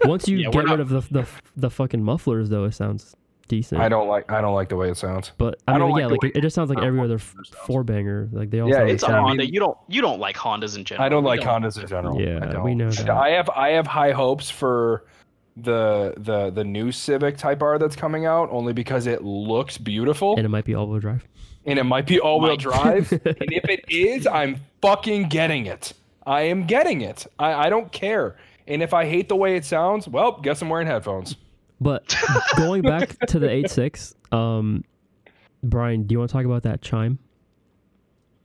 [SPEAKER 3] Once you
[SPEAKER 2] Yeah,
[SPEAKER 3] get
[SPEAKER 2] we're
[SPEAKER 3] rid
[SPEAKER 2] not-
[SPEAKER 3] of the, the the fucking mufflers, though, it sounds decent.
[SPEAKER 1] I don't like I don't like the way it sounds.
[SPEAKER 3] But I
[SPEAKER 1] I
[SPEAKER 3] mean,
[SPEAKER 1] don't
[SPEAKER 3] yeah,
[SPEAKER 1] like
[SPEAKER 3] like
[SPEAKER 1] the
[SPEAKER 3] it, it just sounds like
[SPEAKER 1] sound
[SPEAKER 3] every
[SPEAKER 1] of
[SPEAKER 3] other f-
[SPEAKER 1] mufflers sounds.
[SPEAKER 3] four banger. Like they all
[SPEAKER 1] Yeah,
[SPEAKER 3] sound
[SPEAKER 1] it's
[SPEAKER 2] It's a
[SPEAKER 3] the same.
[SPEAKER 1] I
[SPEAKER 2] Honda.
[SPEAKER 1] mean-
[SPEAKER 2] you don't you don't like Hondas in general.
[SPEAKER 1] I don't
[SPEAKER 2] We
[SPEAKER 1] like Hondas in general.
[SPEAKER 3] Yeah,
[SPEAKER 1] I don't.
[SPEAKER 3] we know that.
[SPEAKER 1] I have I have high hopes for the the the new Civic Type R that's coming out only because it looks beautiful
[SPEAKER 3] and it might be all-wheel drive.
[SPEAKER 1] and it might be all-wheel
[SPEAKER 2] Might.
[SPEAKER 1] drive. and if it is, I'm fucking getting it. I am getting it. I, I don't care. And if I hate the way it sounds, well, guess I'm wearing headphones.
[SPEAKER 3] But going back to the 86, um, Brian, do you want to talk about that chime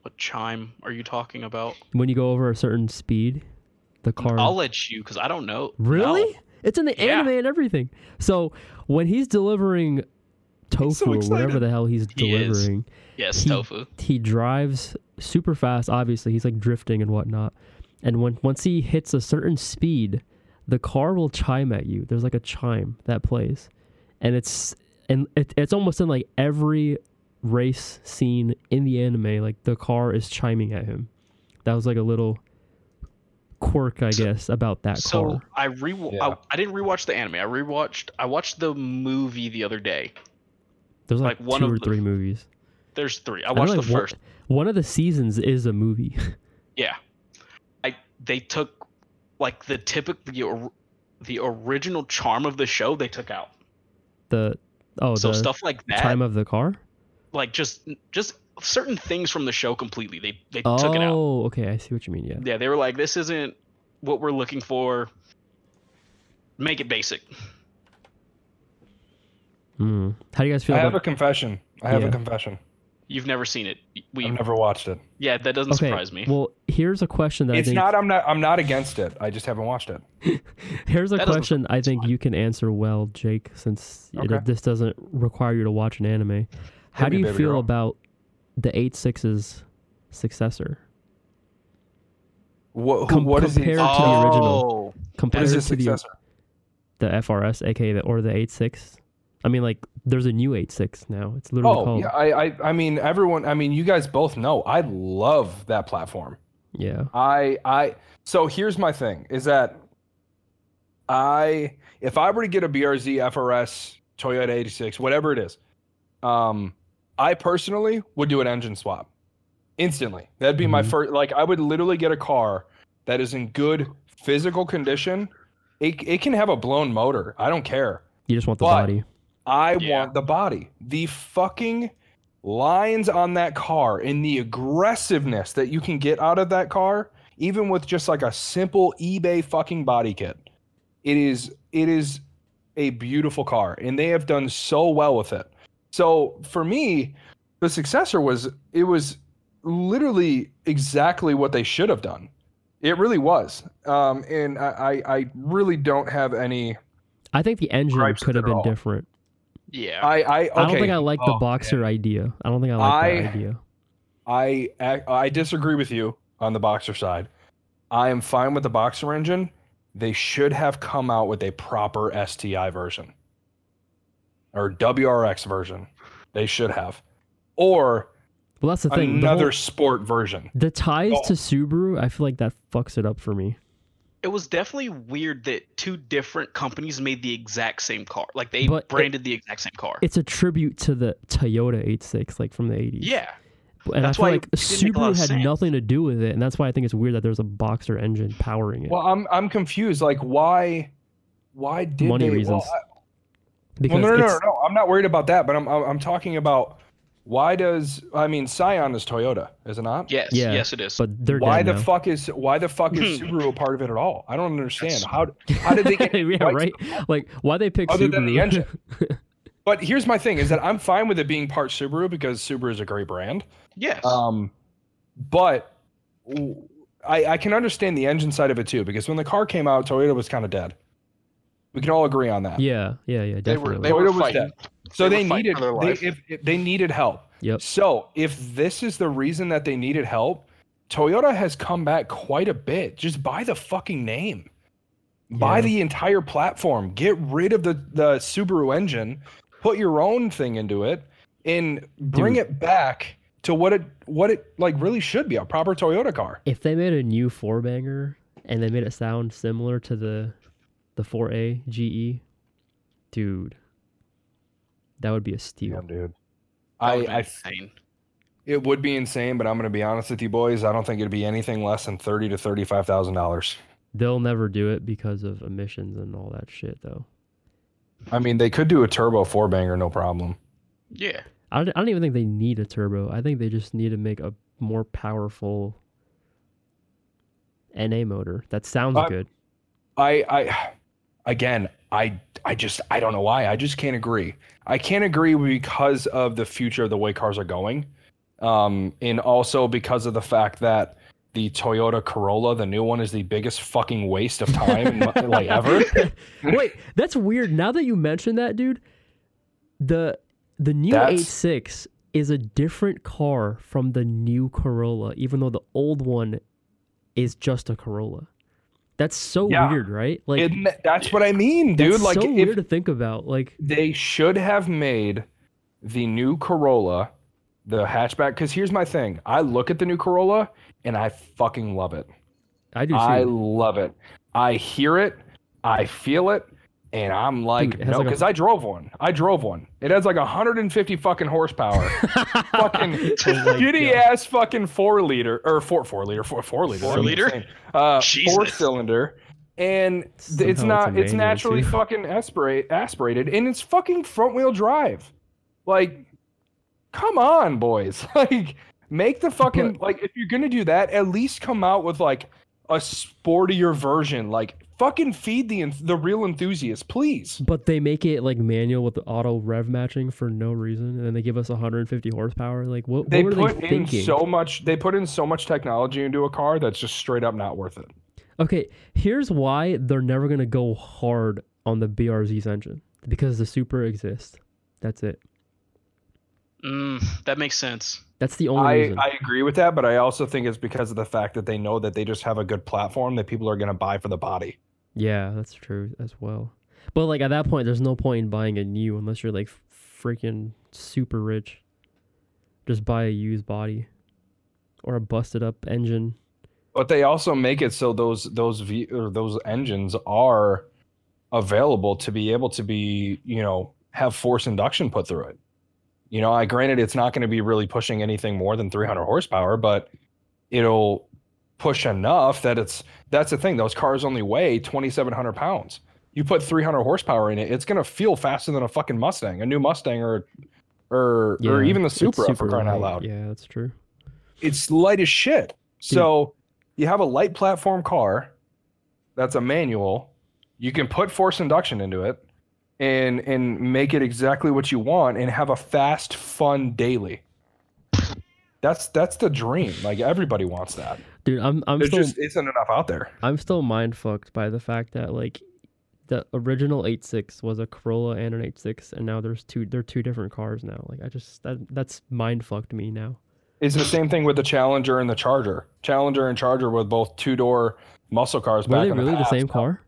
[SPEAKER 2] What chime are you talking about?
[SPEAKER 3] when you go over a certain speed? The car
[SPEAKER 2] I'll let you because I don't know.
[SPEAKER 3] really?
[SPEAKER 2] No.
[SPEAKER 3] It's in the
[SPEAKER 2] Yeah.
[SPEAKER 3] anime and everything. So when he's delivering tofu or whatever
[SPEAKER 1] excited.
[SPEAKER 3] the hell he's
[SPEAKER 2] He is.
[SPEAKER 3] delivering,
[SPEAKER 2] Yes,
[SPEAKER 3] He-
[SPEAKER 2] tofu.
[SPEAKER 3] he drives super fast. Obviously, he's like drifting and whatnot. And when once he hits a certain speed, the car will chime at you. There's like a chime that plays, and it's and it, it's almost in like every race scene in the anime. Like the car is chiming at him. That was like a little quirk, I
[SPEAKER 2] So-
[SPEAKER 3] guess, about that
[SPEAKER 2] So
[SPEAKER 3] car.
[SPEAKER 2] I re I,
[SPEAKER 1] Yeah.
[SPEAKER 2] I didn't rewatch the anime. I rewatched. I watched the movie the other day.
[SPEAKER 3] There's like,
[SPEAKER 2] like one
[SPEAKER 3] two
[SPEAKER 2] of
[SPEAKER 3] or
[SPEAKER 2] the-
[SPEAKER 3] three movies.
[SPEAKER 2] There's three. I
[SPEAKER 3] I know,
[SPEAKER 2] watched
[SPEAKER 3] like,
[SPEAKER 2] the
[SPEAKER 3] one-
[SPEAKER 2] first.
[SPEAKER 3] One, of the seasons is a movie.
[SPEAKER 2] Yeah, I they took like the typical the or- the original charm of the show they took out.
[SPEAKER 3] the oh
[SPEAKER 2] so
[SPEAKER 3] the
[SPEAKER 2] stuff like that,
[SPEAKER 3] time of the car.
[SPEAKER 2] like just just certain things from the show completely. They they
[SPEAKER 3] Oh,
[SPEAKER 2] took it out.
[SPEAKER 3] okay, I see what you mean. Yeah.
[SPEAKER 2] Yeah, they were like, this isn't what we're looking for. Make it basic.
[SPEAKER 3] Mm. How do you guys feel?
[SPEAKER 1] I have
[SPEAKER 3] about,
[SPEAKER 1] a confession. I have
[SPEAKER 3] Yeah.
[SPEAKER 1] a confession.
[SPEAKER 2] You've never seen it. We
[SPEAKER 1] I've never watched it.
[SPEAKER 2] yeah, that doesn't
[SPEAKER 3] okay.
[SPEAKER 2] surprise me.
[SPEAKER 3] Well, here's a question that I
[SPEAKER 1] It's
[SPEAKER 3] think
[SPEAKER 1] not. I'm not. I'm not against it. I just haven't watched it.
[SPEAKER 3] here's a
[SPEAKER 2] that doesn't-
[SPEAKER 3] question I think
[SPEAKER 2] fine.
[SPEAKER 3] you can answer well, Jake, since it-
[SPEAKER 1] Okay.
[SPEAKER 3] this doesn't require you to watch an anime. How
[SPEAKER 1] Hit
[SPEAKER 3] do
[SPEAKER 1] me,
[SPEAKER 3] you
[SPEAKER 1] baby
[SPEAKER 3] feel
[SPEAKER 1] girl.
[SPEAKER 3] about the eight six's successor
[SPEAKER 1] What? Who,
[SPEAKER 3] Com-
[SPEAKER 1] what is the?
[SPEAKER 3] compared-
[SPEAKER 1] What
[SPEAKER 2] Oh,
[SPEAKER 3] to the original. compared
[SPEAKER 1] is
[SPEAKER 3] to
[SPEAKER 1] the
[SPEAKER 3] the,
[SPEAKER 1] successor?
[SPEAKER 3] the FRS, aka the or the eight six? I mean, like there's a new eight six now. It's literally
[SPEAKER 1] Oh
[SPEAKER 3] called
[SPEAKER 1] yeah. I, I. I mean, everyone. I mean, you guys both know. I love that platform.
[SPEAKER 3] yeah.
[SPEAKER 1] I I so here's my thing is that I if I were to get a BRZ FRS Toyota 86 whatever it is um I personally would do an engine swap instantly that'd be my
[SPEAKER 3] Mhm.
[SPEAKER 1] first like I would literally get a car that is in good physical condition it it can have a blown motor I don't care
[SPEAKER 3] You just want the
[SPEAKER 1] But-
[SPEAKER 3] body.
[SPEAKER 1] I
[SPEAKER 2] Yeah.
[SPEAKER 1] want the body. The fucking lines on that car and the aggressiveness that you can get out of that car, even with just like a simple eBay fucking body kit. It is it is a beautiful car and they have done so well with it. So for me, the successor was it was literally exactly what they should have done. It really was. Um, and I, I, I really don't have any
[SPEAKER 3] I think the engine
[SPEAKER 1] gripes
[SPEAKER 3] could have
[SPEAKER 1] at
[SPEAKER 3] been
[SPEAKER 1] all.
[SPEAKER 3] different.
[SPEAKER 2] Yeah.
[SPEAKER 1] I, I,
[SPEAKER 3] I don't
[SPEAKER 1] okay.
[SPEAKER 3] think I like the
[SPEAKER 1] Oh,
[SPEAKER 3] boxer idea. I don't think I like
[SPEAKER 1] I-
[SPEAKER 3] that idea.
[SPEAKER 1] I I disagree with you on the boxer side. I am fine with the boxer engine. They should have come out with a proper STI version or WRX version. They should have, or
[SPEAKER 3] Well, that's the thing. The
[SPEAKER 1] another
[SPEAKER 3] whole-
[SPEAKER 1] sport version.
[SPEAKER 3] The ties
[SPEAKER 1] Oh.
[SPEAKER 3] to Subaru, I feel like that fucks it up for me.
[SPEAKER 2] it was definitely weird that two different companies made the exact same car. Like they
[SPEAKER 3] But it-
[SPEAKER 2] branded the exact same car.
[SPEAKER 3] It's a tribute to the Toyota 86, like from the 80s.
[SPEAKER 2] yeah.
[SPEAKER 3] and I
[SPEAKER 2] that's
[SPEAKER 3] feel
[SPEAKER 2] why
[SPEAKER 3] like
[SPEAKER 2] it didn't make a lot
[SPEAKER 3] Subaru
[SPEAKER 2] of
[SPEAKER 3] had
[SPEAKER 2] sense.
[SPEAKER 3] nothing to do with it, and that's why I think it's weird that there's a boxer engine powering it.
[SPEAKER 1] Well, I'm I'm confused. Like why why did
[SPEAKER 3] Money
[SPEAKER 1] they?
[SPEAKER 3] reasons.
[SPEAKER 1] Well, I-
[SPEAKER 3] because
[SPEAKER 1] well, no, no,
[SPEAKER 3] it's,
[SPEAKER 1] no, no. I'm not worried about that. But I'm I'm I'm talking about why does I mean Scion is Toyota, is it not?
[SPEAKER 2] Yes.
[SPEAKER 3] Yeah,
[SPEAKER 2] Yes, it is.
[SPEAKER 3] but they're
[SPEAKER 1] why
[SPEAKER 3] dead
[SPEAKER 1] the
[SPEAKER 3] now.
[SPEAKER 1] fuck is why the fuck is Subaru a part of it at all? I don't understand.
[SPEAKER 2] Hmm. That's-
[SPEAKER 1] How how did they get
[SPEAKER 3] yeah,
[SPEAKER 1] rights?
[SPEAKER 3] right. Like why they pick
[SPEAKER 1] Other
[SPEAKER 3] Subaru?
[SPEAKER 1] than the engine. But here's my thing is that I'm fine with it being part Subaru because Subaru is a great brand.
[SPEAKER 2] yes.
[SPEAKER 1] Um but I I can understand the engine side of it too because when the car came out Toyota was kind of dead. We can all agree on that.
[SPEAKER 3] yeah, yeah, yeah,
[SPEAKER 2] They were-
[SPEAKER 3] definitely.
[SPEAKER 2] they were-
[SPEAKER 1] Toyota was
[SPEAKER 2] fighting.
[SPEAKER 1] dead. So
[SPEAKER 2] They
[SPEAKER 1] they,
[SPEAKER 2] were fighting
[SPEAKER 1] needed
[SPEAKER 2] for their
[SPEAKER 1] they,
[SPEAKER 2] life.
[SPEAKER 1] if, if they needed help.
[SPEAKER 3] Yep.
[SPEAKER 1] So if this is the reason that they needed help, Toyota has come back quite a bit. Just buy the fucking name. Buy
[SPEAKER 3] Yeah.
[SPEAKER 1] the entire platform. Get rid of the, the Subaru engine. Put your own thing into it and bring it back to what it what it like really should be, a proper Toyota car.
[SPEAKER 3] if they made a new four banger and they made it sound similar to the the four A GE, dude, that would be a steal.
[SPEAKER 1] dude.
[SPEAKER 2] That
[SPEAKER 3] Oh,
[SPEAKER 1] I,
[SPEAKER 2] would've been
[SPEAKER 1] I
[SPEAKER 2] insane.
[SPEAKER 1] it would be insane, but I'm gonna be honest with you boys. I don't think it'd be anything less than thirty to thirty five thousand dollars.
[SPEAKER 3] They'll never do it because of emissions and all that shit, though.
[SPEAKER 1] I mean, they could do a turbo four banger, no problem.
[SPEAKER 2] Yeah.
[SPEAKER 3] I don't, I don't even think they need a turbo. I think they just need to make a more powerful NA motor. That sounds
[SPEAKER 1] Uh,
[SPEAKER 3] good.
[SPEAKER 1] I, I, again, I, I just, I don't know why. I just can't agree. I can't agree because of the future of the way cars are going, um, and also because of the fact that the Toyota Corolla, the new one, is the biggest fucking waste of time like ever.
[SPEAKER 3] Wait, that's weird. Now that you mention that, dude, the the new
[SPEAKER 1] That's-
[SPEAKER 3] 86 is a different car from the new Corolla, even though the old one is just a Corolla. That's so
[SPEAKER 1] Yeah.
[SPEAKER 3] weird, right? Like,
[SPEAKER 1] And that's what I mean, dude.
[SPEAKER 3] that's
[SPEAKER 1] like,
[SPEAKER 3] so
[SPEAKER 1] if
[SPEAKER 3] weird to think about. Like,
[SPEAKER 1] they should have made the new Corolla the hatchback. Because here's my thing: I look at the new Corolla and I fucking love it.
[SPEAKER 3] I do.
[SPEAKER 1] I
[SPEAKER 3] too.
[SPEAKER 1] love it. I hear it, I feel it, and I'm like,
[SPEAKER 3] Dude, it has
[SPEAKER 1] no,
[SPEAKER 3] like a-
[SPEAKER 1] because I drove one. I drove one. It has like 150 fucking horsepower. fucking shitty ass fucking four liter or four four liter four four liter
[SPEAKER 2] Four
[SPEAKER 1] that's
[SPEAKER 2] liter?
[SPEAKER 1] insane. uh
[SPEAKER 2] Jesus.
[SPEAKER 1] four cylinder. And th-
[SPEAKER 3] Somehow
[SPEAKER 1] it's
[SPEAKER 3] it's
[SPEAKER 1] not
[SPEAKER 3] a
[SPEAKER 1] it's,
[SPEAKER 3] manual,
[SPEAKER 1] naturally
[SPEAKER 3] too.
[SPEAKER 1] fucking aspirate aspirated and it's fucking front wheel drive. Like come on, boys. Like make the fucking like if you're gonna do that, at least come out with like a sportier version. Like fucking feed the enth- the real enthusiasts, please.
[SPEAKER 3] But they make it like manual with the auto rev matching for no reason, and then they give us 150 horsepower. Like, what,
[SPEAKER 1] They
[SPEAKER 3] what were
[SPEAKER 1] put
[SPEAKER 3] they
[SPEAKER 1] in
[SPEAKER 3] thinking?
[SPEAKER 1] so much. They put in so much technology into a car that's just straight up not worth it.
[SPEAKER 3] Okay, here's why they're never gonna go hard on the BRZ's engine because the Super exists. That's it.
[SPEAKER 2] Mm, that makes sense.
[SPEAKER 3] That's the only
[SPEAKER 1] I,
[SPEAKER 3] reason.
[SPEAKER 1] I agree with that, but I also think it's because of the fact that they know that they just have a good platform that people are going to buy for the body.
[SPEAKER 3] yeah, that's true as well. But like at that point, there's no point in buying a new unless you're like freaking super rich. Just buy a used body or a busted up engine.
[SPEAKER 1] But they also make it so those those v, or those engines are available to be able to be you know have force induction put through it. You know, I granted it's not going to be really pushing anything more than 300 horsepower, but it'll push enough that it's that's the thing. Those cars only weigh 2,700 pounds. You put 300 horsepower in it, it's going to feel faster than a fucking Mustang, a new Mustang or or or
[SPEAKER 3] Yeah,
[SPEAKER 1] even the
[SPEAKER 3] it's
[SPEAKER 1] Supra for
[SPEAKER 3] super
[SPEAKER 1] crying out
[SPEAKER 3] light.
[SPEAKER 1] loud.
[SPEAKER 3] Yeah, that's true.
[SPEAKER 1] It's light as shit.
[SPEAKER 3] Hmm.
[SPEAKER 1] So you have a light platform car that's a manual. You can put force induction into it and and make it exactly what you want and have a fast, fun daily. That's that's the dream. Like everybody wants that.
[SPEAKER 3] Dude, I'm I'm
[SPEAKER 1] There's
[SPEAKER 3] still
[SPEAKER 1] just isn't enough out there.
[SPEAKER 3] I'm still mind fucked by the fact that like the original 86 was a Corolla and an 86 and now there's two they're two different cars now. Like I just that that's mind fucked me now.
[SPEAKER 1] It's the same thing with the Challenger and the Charger. Challenger and Charger were both two door muscle cars.
[SPEAKER 3] Were
[SPEAKER 1] back
[SPEAKER 3] they
[SPEAKER 1] in
[SPEAKER 3] really the
[SPEAKER 1] past.
[SPEAKER 3] same car?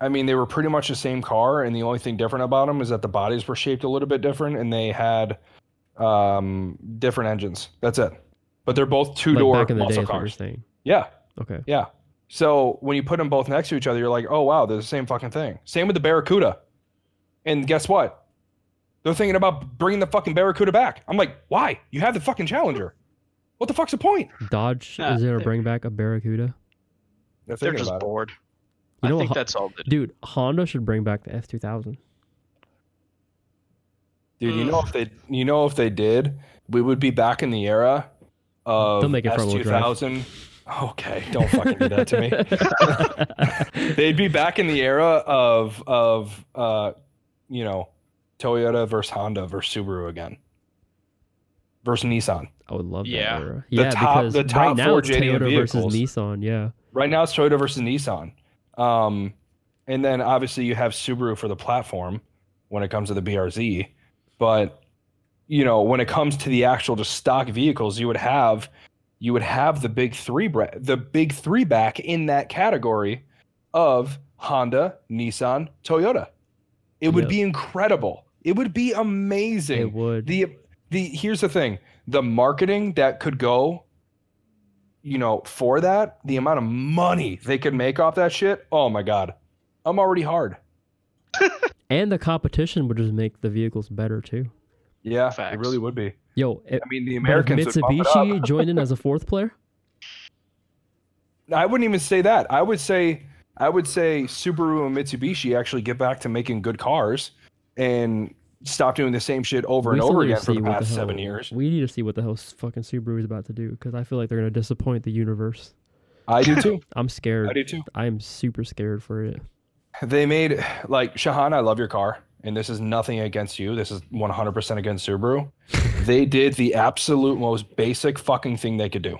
[SPEAKER 1] I mean, they were pretty much the same car, and the only thing different about them is that the bodies were shaped a little bit different, and they had um, different engines. That's it. But they're both two
[SPEAKER 3] Like
[SPEAKER 1] door
[SPEAKER 3] back in the day
[SPEAKER 1] muscle
[SPEAKER 3] is what you're
[SPEAKER 1] cars.
[SPEAKER 3] saying.
[SPEAKER 1] Yeah,
[SPEAKER 3] Okay.
[SPEAKER 1] yeah. So when you put them both next to each other, you're like, oh wow, they're the same fucking thing. Same with the Barracuda. And guess what? They're thinking about bringing the fucking Barracuda back. I'm like, why? You have the fucking Challenger. What the fuck's the point?
[SPEAKER 3] Dodge
[SPEAKER 2] Nah,
[SPEAKER 3] is gonna
[SPEAKER 2] they-
[SPEAKER 3] bring back a Barracuda.
[SPEAKER 1] They're
[SPEAKER 2] They're
[SPEAKER 1] thinking
[SPEAKER 2] just
[SPEAKER 1] about it.
[SPEAKER 2] bored.
[SPEAKER 3] You
[SPEAKER 2] I
[SPEAKER 3] know what
[SPEAKER 2] think
[SPEAKER 3] Ho-
[SPEAKER 2] that's all. Good.
[SPEAKER 3] Dude, Honda should bring back the F2000.
[SPEAKER 1] Dude,
[SPEAKER 3] Mm.
[SPEAKER 1] you know if they you know if they did, we would be back in the era of
[SPEAKER 3] They'll make it front-wheel drive.
[SPEAKER 1] S2000. Okay, don't fucking do that to me. They'd be back in the era of of uh, you know, Toyota versus Honda versus Subaru again. Versus Nissan.
[SPEAKER 3] I would love
[SPEAKER 2] Yeah.
[SPEAKER 3] that era. Yeah,
[SPEAKER 1] top-
[SPEAKER 3] because
[SPEAKER 1] the top
[SPEAKER 3] right now
[SPEAKER 1] four
[SPEAKER 3] it's
[SPEAKER 1] JDM
[SPEAKER 3] Toyota
[SPEAKER 1] vehicles.
[SPEAKER 3] versus Nissan. Yeah.
[SPEAKER 1] Right now it's Toyota versus Nissan. Um, and then obviously you have Subaru for the platform when it comes to the BRZ. But you know, when it comes to the actual just stock vehicles, you would have you would have the big three bra- the big three back in that category of Honda, Nissan, Toyota. It would
[SPEAKER 3] Yep.
[SPEAKER 1] be incredible. It would be amazing
[SPEAKER 3] It would.
[SPEAKER 1] the the here's the thing the marketing that could go you know for that the amount of money they could make off that shit oh my god i'm already hard
[SPEAKER 3] and the competition would just make the vehicles better too.
[SPEAKER 1] yeah
[SPEAKER 2] Facts.
[SPEAKER 1] it really would be
[SPEAKER 3] Yo, it,
[SPEAKER 1] i mean the
[SPEAKER 3] But if
[SPEAKER 1] americans would bump it up.
[SPEAKER 3] Mitsubishi joined in as a fourth player.
[SPEAKER 1] I wouldn't even say that. I would say I would say Subaru and Mitsubishi actually get back to making good cars and stop doing the same shit over and
[SPEAKER 3] still
[SPEAKER 1] over
[SPEAKER 3] need to
[SPEAKER 1] again for
[SPEAKER 3] see
[SPEAKER 1] the
[SPEAKER 3] what
[SPEAKER 1] past
[SPEAKER 3] hell-
[SPEAKER 1] seven years.
[SPEAKER 3] We need to see what the hell s- fucking Subaru is about to do because I feel like they're gonna disappoint the universe.
[SPEAKER 1] I do too.
[SPEAKER 3] I'm
[SPEAKER 1] I
[SPEAKER 3] scared.
[SPEAKER 1] do too.
[SPEAKER 3] I am super scared for it.
[SPEAKER 1] They made like Shahan. I love your car, and this is nothing against you. This is 100% against Subaru. they did the absolute most basic fucking thing they could do.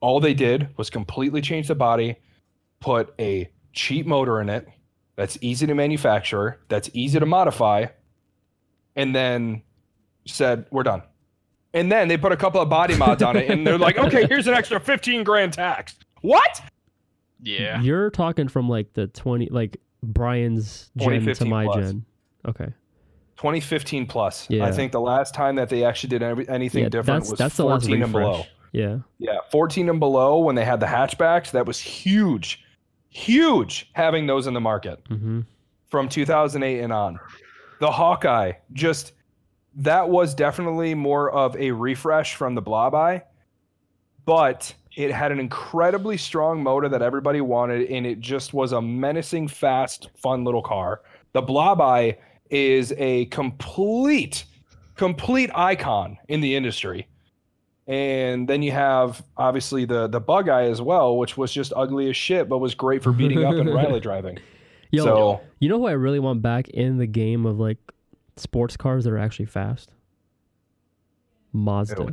[SPEAKER 1] All they did was completely change the body, put a cheap motor in it that's easy to manufacture, that's easy to modify, and then said, "We're done." And then they put a couple of body mods on it, and they're like, "Okay, here's an extra 15 grand tax." What?
[SPEAKER 2] Yeah.
[SPEAKER 3] You're talking from like the 20, like Brian's gen to
[SPEAKER 1] 2015
[SPEAKER 3] my
[SPEAKER 1] plus.
[SPEAKER 3] gen. Okay.
[SPEAKER 1] 2015 plus.
[SPEAKER 3] Yeah.
[SPEAKER 1] I think the last time that they actually did every, anything
[SPEAKER 3] Yeah,
[SPEAKER 1] different
[SPEAKER 3] that's
[SPEAKER 1] was
[SPEAKER 3] that's the last
[SPEAKER 1] 14 and
[SPEAKER 3] refresh.
[SPEAKER 1] below.
[SPEAKER 3] Yeah.
[SPEAKER 1] Yeah, 14 and below when they had the hatchbacks, that was huge. Huge having those in the market
[SPEAKER 3] hmm
[SPEAKER 1] from 2008 and on. The Hawkeye just that was definitely more of a refresh from the Blob Eye, but it had an incredibly strong motor that everybody wanted, and it just was a menacing, fast, fun little car. The Blob Eye is a complete, complete icon in the industry. And then you have obviously the the bug eye as well, which was just ugly as shit, but was great for beating up and rally driving.
[SPEAKER 3] Yo,
[SPEAKER 1] so
[SPEAKER 3] you know who I really want back in the game of like sports cars that are actually fast? Mazda,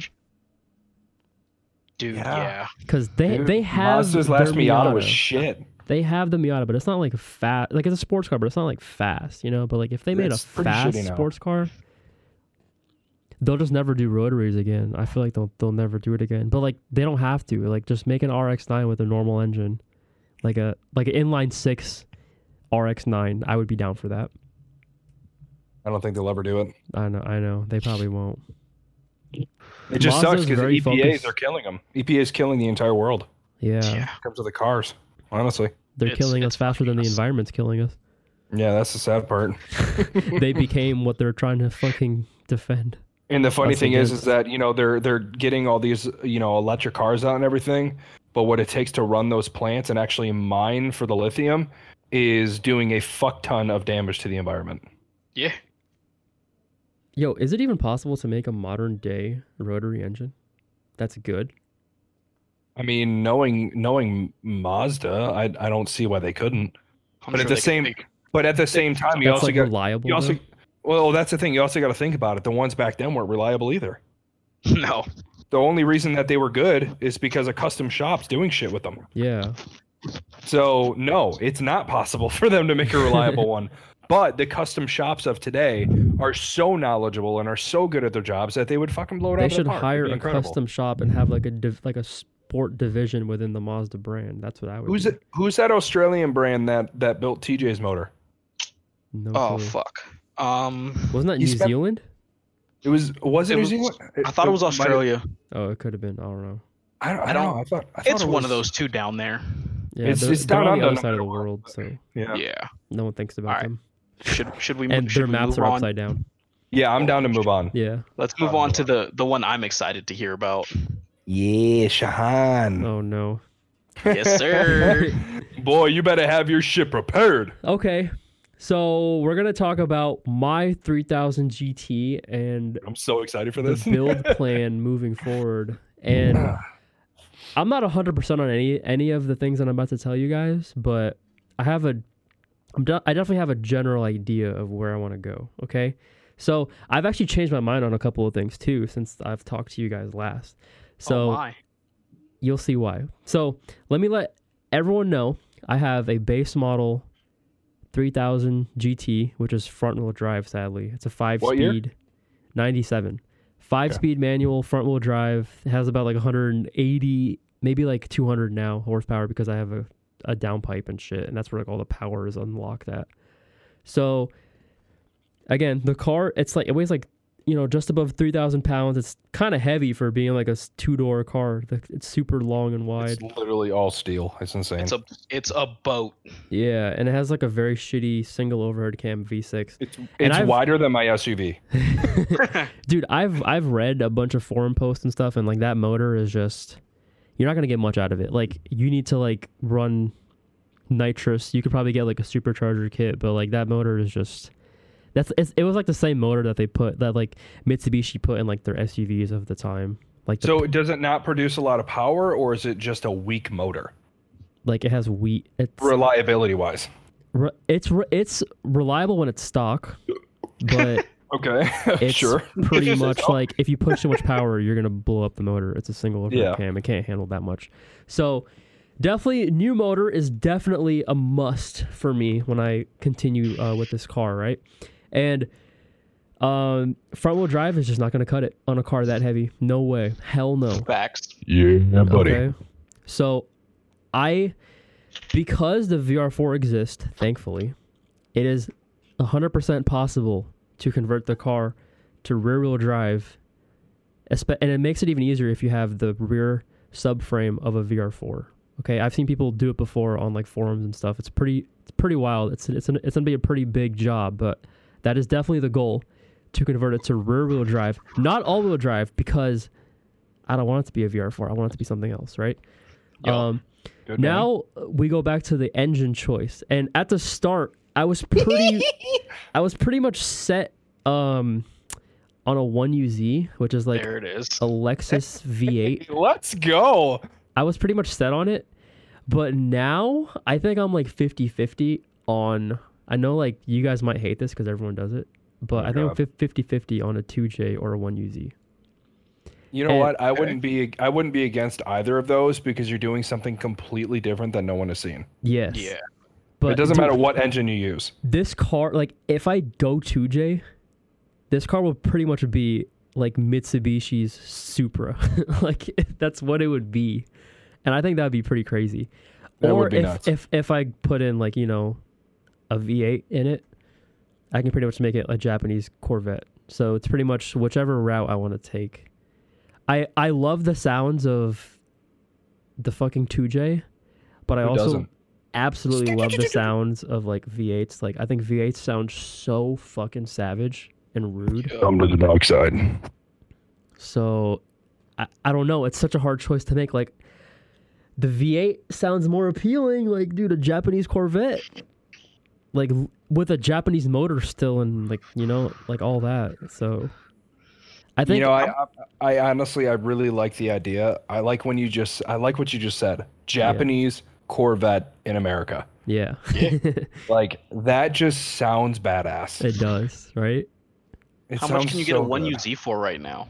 [SPEAKER 2] Dude,
[SPEAKER 1] Yeah.
[SPEAKER 2] yeah.
[SPEAKER 3] because they
[SPEAKER 1] Dude,
[SPEAKER 3] they have
[SPEAKER 1] Mazda's
[SPEAKER 3] their
[SPEAKER 1] last Miata was
[SPEAKER 3] Miata.
[SPEAKER 1] shit.
[SPEAKER 3] they have the Miata, but it's not like fast. Like it's a sports car, but it's not like fast, you know. But like if they made
[SPEAKER 1] It's
[SPEAKER 3] a
[SPEAKER 1] pretty
[SPEAKER 3] fast
[SPEAKER 1] shitty now.
[SPEAKER 3] sports car, they'll just never do rotaries again. I feel like they'll they'll never do it again. But like they don't have to. Like just make an RX9 with a normal engine, like a like an inline six RX9. I would be down for that.
[SPEAKER 1] I don't think they'll ever do it.
[SPEAKER 3] I know, I know. They probably won't.
[SPEAKER 1] It just
[SPEAKER 3] Mazda's
[SPEAKER 1] sucks because
[SPEAKER 3] very
[SPEAKER 1] EPAs
[SPEAKER 3] focused.
[SPEAKER 1] are killing them. EPA is killing the entire world
[SPEAKER 3] Yeah,
[SPEAKER 2] Yeah.
[SPEAKER 1] in terms of the cars. Honestly,
[SPEAKER 3] they're
[SPEAKER 2] It's-
[SPEAKER 3] killing us
[SPEAKER 2] it's
[SPEAKER 3] faster than the
[SPEAKER 2] fucking us.
[SPEAKER 3] environment's killing us.
[SPEAKER 1] yeah, that's the sad part.
[SPEAKER 3] they became what they're trying to fucking defend.
[SPEAKER 1] And the funny
[SPEAKER 3] That's
[SPEAKER 1] thing is,
[SPEAKER 3] against-
[SPEAKER 1] is that you know they're they're getting all these you know electric cars out and everything, but what it takes to run those plants and actually mine for the lithium is doing a fuck ton of damage to the environment.
[SPEAKER 2] Yeah.
[SPEAKER 3] Yo, is it even possible to make a modern day rotary engine that's good?
[SPEAKER 1] I mean, knowing knowing Mazda, I I don't see why they couldn't.
[SPEAKER 2] I'm
[SPEAKER 1] But at
[SPEAKER 2] sure
[SPEAKER 1] the
[SPEAKER 2] they can
[SPEAKER 1] same-
[SPEAKER 2] think-
[SPEAKER 1] But at the same time, you
[SPEAKER 3] that's
[SPEAKER 1] also
[SPEAKER 3] like
[SPEAKER 1] got
[SPEAKER 3] reliable.
[SPEAKER 1] you also
[SPEAKER 3] though?
[SPEAKER 1] well that's the thing you also got to think about it the ones back then weren't reliable either
[SPEAKER 2] No.
[SPEAKER 1] the only reason that they were good is because of custom shops doing shit with them
[SPEAKER 3] yeah,
[SPEAKER 1] so no it's not possible for them to make a reliable one but the custom shops of today are so knowledgeable and are so good at their jobs that they would fucking blow it out
[SPEAKER 3] they
[SPEAKER 1] of the
[SPEAKER 3] should
[SPEAKER 1] park. It'd
[SPEAKER 3] hire
[SPEAKER 1] be
[SPEAKER 3] a
[SPEAKER 1] incredible.
[SPEAKER 3] custom shop and have like a div- like a sport division within the Mazda brand. That's what I would.
[SPEAKER 1] who's
[SPEAKER 3] do.
[SPEAKER 1] it who's that australian brand that that built tj's motor
[SPEAKER 3] No
[SPEAKER 2] Oh
[SPEAKER 3] clue.
[SPEAKER 2] fuck. Um
[SPEAKER 3] Wasn't that
[SPEAKER 1] He
[SPEAKER 3] New
[SPEAKER 1] spent-
[SPEAKER 3] Zealand?
[SPEAKER 1] it was was it,
[SPEAKER 2] It
[SPEAKER 1] New
[SPEAKER 2] was-
[SPEAKER 1] Zealand?
[SPEAKER 2] I thought it was
[SPEAKER 1] might-
[SPEAKER 2] Australia.
[SPEAKER 3] Oh, it could have been. I don't know.
[SPEAKER 1] I don't, I don't
[SPEAKER 2] I don't-
[SPEAKER 1] know. I thought, I thought
[SPEAKER 2] It's
[SPEAKER 1] it
[SPEAKER 2] one
[SPEAKER 1] was-
[SPEAKER 2] of those two down there.
[SPEAKER 3] Yeah,
[SPEAKER 1] It's-
[SPEAKER 3] they're,
[SPEAKER 1] it's
[SPEAKER 3] they're
[SPEAKER 1] down
[SPEAKER 3] on
[SPEAKER 1] under,
[SPEAKER 3] the other
[SPEAKER 1] no
[SPEAKER 3] side of
[SPEAKER 1] matter
[SPEAKER 3] the
[SPEAKER 1] what,
[SPEAKER 3] world, so
[SPEAKER 1] Yeah. yeah
[SPEAKER 2] Yeah.
[SPEAKER 3] no one thinks about
[SPEAKER 2] Alright,
[SPEAKER 3] them.
[SPEAKER 2] Should should we
[SPEAKER 3] And
[SPEAKER 2] should
[SPEAKER 3] their
[SPEAKER 2] we
[SPEAKER 3] maps
[SPEAKER 2] move
[SPEAKER 3] are
[SPEAKER 2] on?
[SPEAKER 3] upside down.
[SPEAKER 1] i'm down to move on
[SPEAKER 3] Yeah.
[SPEAKER 2] Let's move
[SPEAKER 1] Oh,
[SPEAKER 2] on to the the one I'm excited to hear about.
[SPEAKER 1] yeah shahan
[SPEAKER 3] Oh no.
[SPEAKER 2] Yes, sir.
[SPEAKER 1] Boy, you better have your shit prepared.
[SPEAKER 3] Okay. So we're gonna talk about my 3000 GT and
[SPEAKER 1] I'm so excited for
[SPEAKER 3] the
[SPEAKER 1] this.
[SPEAKER 3] build plan moving forward. And I'm not 100% on any any of the things that I'm about to tell you guys, but I have a I'm de- I definitely have a general idea of where I want to go, okay? So, I've actually changed my mind on a couple of things too since I've talked to you guys last. So,
[SPEAKER 2] oh my.
[SPEAKER 3] you'll see why. So let me let everyone know I have a base model 3000 GT, which is front wheel drive, sadly. It's a five
[SPEAKER 1] What year?
[SPEAKER 3] speed 97. Five
[SPEAKER 1] Okay.
[SPEAKER 3] speed manual, front wheel drive. It has about like 180, maybe like 200 now horsepower because I have a, a downpipe and shit. And that's where like all the power is unlocked at. So again, the car, it's like, it weighs like you know, just above 3,000 pounds. It's kind of heavy for being like a two door car. The- It's super long and wide.
[SPEAKER 1] It's literally all steel. It's insane.
[SPEAKER 2] It's
[SPEAKER 1] It's,
[SPEAKER 2] a it's a boat.
[SPEAKER 3] yeah, and it has like a very shitty single overhead cam V6.
[SPEAKER 1] it's,
[SPEAKER 3] I've-
[SPEAKER 1] wider than my SUV.
[SPEAKER 3] Dude, I've I've read a bunch of forum posts and stuff, and like that motor is just you're not gonna get much out of it. Like you need to like run nitrous. You could probably get like a supercharger kit, but like that motor is just that's it's, it was like the same motor that they put that like Mitsubishi put in like their SUVs of the time. Like the,
[SPEAKER 1] So does it not produce a lot of power, or is it just a weak motor,
[SPEAKER 3] like it has wheat. It's
[SPEAKER 1] reliability wise?
[SPEAKER 3] re- it's re- it's reliable when it's stock, but
[SPEAKER 1] Okay,
[SPEAKER 3] it's
[SPEAKER 1] sure.
[SPEAKER 3] pretty much like if you push too much power, you're gonna blow up the motor. It's a single overhead
[SPEAKER 1] Yeah.
[SPEAKER 3] cam; it can't handle that much. So, definitely, new motor is definitely a must for me when I continue uh, with this car, right? And um, front wheel drive is just not gonna cut it on a car that heavy. No way. Hell no.
[SPEAKER 2] Facts.
[SPEAKER 1] Yeah,
[SPEAKER 3] Okay. So I because the VR4 exists, thankfully, it is 100% possible to convert the car to rear-wheel drive. espe- And it makes it even easier if you have the rear subframe of a VR4. Okay, I've seen people do it before on like forums and stuff. It's pretty it's pretty wild. It's it's an, it's going to be a pretty big job, but that is definitely the goal to convert it to rear-wheel drive, not all-wheel drive because I don't want it to be a VR4. I want it to be something else, right?
[SPEAKER 2] Yeah.
[SPEAKER 3] Um, now we go back to the engine choice, and at the start, I was pretty, I was pretty much set um, on a one UZ, which is like
[SPEAKER 2] there it is.
[SPEAKER 3] a Lexus V8.
[SPEAKER 1] Let's go.
[SPEAKER 3] I was pretty much set on it, but now I think I'm like 50-50 on. I know like you guys might hate this because everyone does it, but I think I'm
[SPEAKER 1] Oh, God.
[SPEAKER 3] 50-50 on a 2J or a one UZ.
[SPEAKER 1] You know
[SPEAKER 3] And-
[SPEAKER 1] what? I wouldn't be I wouldn't be against either of those because you're doing something completely different that no one has seen.
[SPEAKER 3] Yes.
[SPEAKER 2] Yeah.
[SPEAKER 3] But
[SPEAKER 1] it doesn't
[SPEAKER 3] dude,
[SPEAKER 1] matter what engine you use.
[SPEAKER 3] this car like if i go 2j this car will pretty much be like mitsubishi's supra like that's what it would be and i think that would be pretty crazy
[SPEAKER 1] That
[SPEAKER 3] or
[SPEAKER 1] would be
[SPEAKER 3] if,
[SPEAKER 1] nuts.
[SPEAKER 3] if if i put in like you know a v8 in it i can pretty much make it a japanese corvette so it's pretty much whichever route i want to take i i love the sounds of the fucking 2j but i
[SPEAKER 1] Who
[SPEAKER 3] also
[SPEAKER 1] doesn't?
[SPEAKER 3] absolutely love the sounds of like V8s. Like I think V8s sound so fucking savage and rude.
[SPEAKER 1] Come to the dark side.
[SPEAKER 3] So I, I don't know. It's such a hard choice to make. Like the V8 sounds more appealing. Like dude, a Japanese Corvette. Like l- with a Japanese motor still and like you know like all that. So I think
[SPEAKER 1] You know, I, I I honestly I really like the idea. I like when you just I like what you just said. Japanese Corvette in America.
[SPEAKER 3] yeah,
[SPEAKER 1] Like that just sounds badass. It,
[SPEAKER 3] it does right.
[SPEAKER 2] How
[SPEAKER 1] sounds
[SPEAKER 2] much can you get
[SPEAKER 1] so
[SPEAKER 2] a one
[SPEAKER 1] good.
[SPEAKER 2] UZ for right now?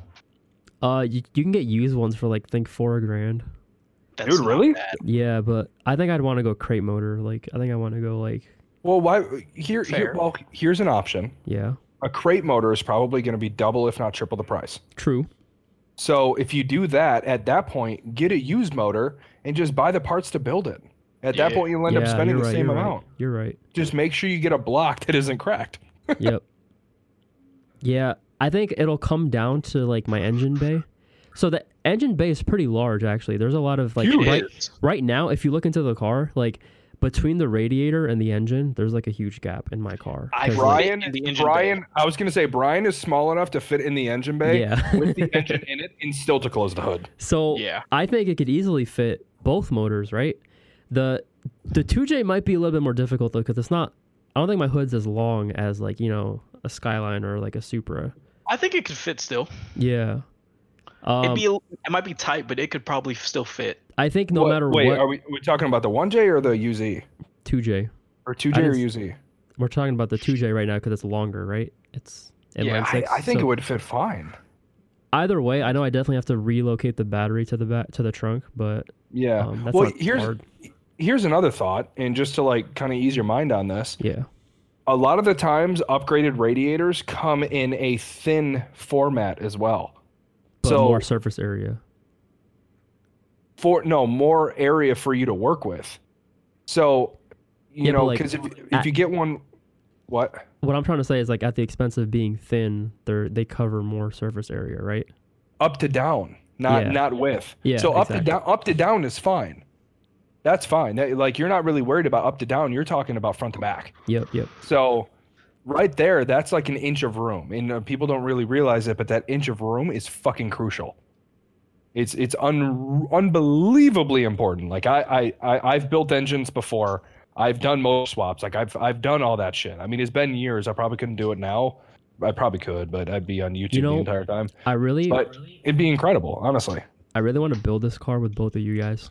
[SPEAKER 3] Uh, you, you can get used ones for like think four grand.
[SPEAKER 2] That's
[SPEAKER 1] Dude,
[SPEAKER 2] not
[SPEAKER 1] really?
[SPEAKER 2] bad.
[SPEAKER 3] Yeah, but I think I'd want to go crate motor. Like I think I want to go like
[SPEAKER 1] Well, why here, here
[SPEAKER 2] Fair.
[SPEAKER 1] well, here's an option.
[SPEAKER 3] yeah.
[SPEAKER 1] A crate motor is probably going to be double if not triple the price.
[SPEAKER 3] True.
[SPEAKER 1] So if you do that at that point, get a used motor and just buy the parts to build it. At that
[SPEAKER 2] Yeah.
[SPEAKER 1] point, you'll end up spending
[SPEAKER 3] you're
[SPEAKER 1] the
[SPEAKER 3] right,
[SPEAKER 1] same
[SPEAKER 3] you're right,
[SPEAKER 1] amount.
[SPEAKER 3] You're right.
[SPEAKER 1] Just make sure you get a block that isn't cracked.
[SPEAKER 3] Yep. yeah, I think it'll come down to like my engine bay. So the engine bay is pretty large actually. There's a lot of like
[SPEAKER 1] Huge.
[SPEAKER 3] right,
[SPEAKER 2] It is.
[SPEAKER 3] right now if you look into the car, like between the radiator and the engine, there's like a huge gap in my car.
[SPEAKER 2] I
[SPEAKER 3] 'Cause, like,
[SPEAKER 2] ride
[SPEAKER 1] Brian,
[SPEAKER 2] in the engine bay.
[SPEAKER 1] Brian, I was gonna say Brian is small enough to fit in the engine bay
[SPEAKER 3] Yeah.
[SPEAKER 1] with the engine in it, and still to close the hood.
[SPEAKER 3] so
[SPEAKER 2] Yeah.
[SPEAKER 3] I think it could easily fit both motors, right? The the 2J might be a little bit more difficult though cuz it's not I don't think my hood's as long as like, you know, a Skyline or like a Supra.
[SPEAKER 2] I think it could fit still.
[SPEAKER 3] Yeah. Um,
[SPEAKER 2] It'd be a- it might be tight, but it could probably still fit.
[SPEAKER 3] I think no
[SPEAKER 1] What-
[SPEAKER 3] matter
[SPEAKER 1] wait,
[SPEAKER 3] what
[SPEAKER 1] are we, are we talking about the one J or the UZ
[SPEAKER 3] 2J.
[SPEAKER 1] or
[SPEAKER 3] I
[SPEAKER 1] two J
[SPEAKER 3] didn't
[SPEAKER 1] or
[SPEAKER 3] s-
[SPEAKER 1] UZ?
[SPEAKER 3] We're talking about the 2J right now because it's longer, right? It's inline
[SPEAKER 1] Yeah, I,
[SPEAKER 3] six.
[SPEAKER 1] I think
[SPEAKER 3] so
[SPEAKER 1] it would fit fine.
[SPEAKER 3] Either way, I know I definitely have to relocate the battery to the back to the trunk, but
[SPEAKER 1] Yeah.
[SPEAKER 3] um, that's
[SPEAKER 1] well,
[SPEAKER 3] not
[SPEAKER 1] here's
[SPEAKER 3] hard.
[SPEAKER 1] here's another thought, and just to like kind of ease your mind on this,
[SPEAKER 3] Yeah,
[SPEAKER 1] a lot of the times upgraded radiators come in a thin format as well.
[SPEAKER 3] but
[SPEAKER 1] so
[SPEAKER 3] more surface area.
[SPEAKER 1] for no more area for you to work with. So you
[SPEAKER 3] Yeah, but,
[SPEAKER 1] know,
[SPEAKER 3] like,
[SPEAKER 1] because if,
[SPEAKER 3] I-
[SPEAKER 1] if you get one, what?
[SPEAKER 3] What I'm trying to say is like at the expense of being thin, they are they cover more surface area, right?
[SPEAKER 1] up to down, not
[SPEAKER 3] Yeah.
[SPEAKER 1] not with.
[SPEAKER 3] Yeah,
[SPEAKER 1] so up to
[SPEAKER 3] exactly.
[SPEAKER 1] down, up to down is fine. That's fine. That, like you're not really worried about up to down. You're talking about front to back.
[SPEAKER 3] Yep, yep.
[SPEAKER 1] So right there, that's like an inch of room, and uh, people don't really realize it, but that inch of room is fucking crucial. It's it's un- unbelievably important. Like I, I I I've built engines before. I've done motor swaps. Like I've I've done all that shit. I mean, it's been years. I probably couldn't do it now. I probably could, but I'd be on YouTube
[SPEAKER 3] know-
[SPEAKER 1] the entire time.
[SPEAKER 3] I really,
[SPEAKER 1] But it'd be incredible, honestly.
[SPEAKER 3] I really want to build this car with both of you guys.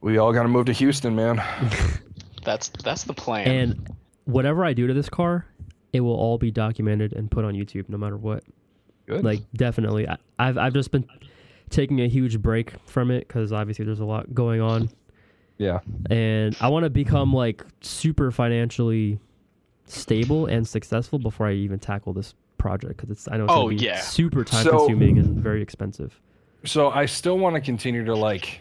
[SPEAKER 1] We all got to move to Houston, man.
[SPEAKER 2] That's that's the plan.
[SPEAKER 3] And whatever I do to this car, it will all be documented and put on YouTube, no matter what.
[SPEAKER 1] Good.
[SPEAKER 3] Like definitely, I, I've I've just been taking a huge break from it because obviously there's a lot going on,
[SPEAKER 1] yeah.
[SPEAKER 3] and I want to become like super financially stable and successful before I even tackle this project because it's I know it's
[SPEAKER 2] Oh,
[SPEAKER 3] gonna be
[SPEAKER 2] yeah.
[SPEAKER 3] super time
[SPEAKER 1] So-
[SPEAKER 3] consuming and very expensive.
[SPEAKER 1] so I still want to continue to like,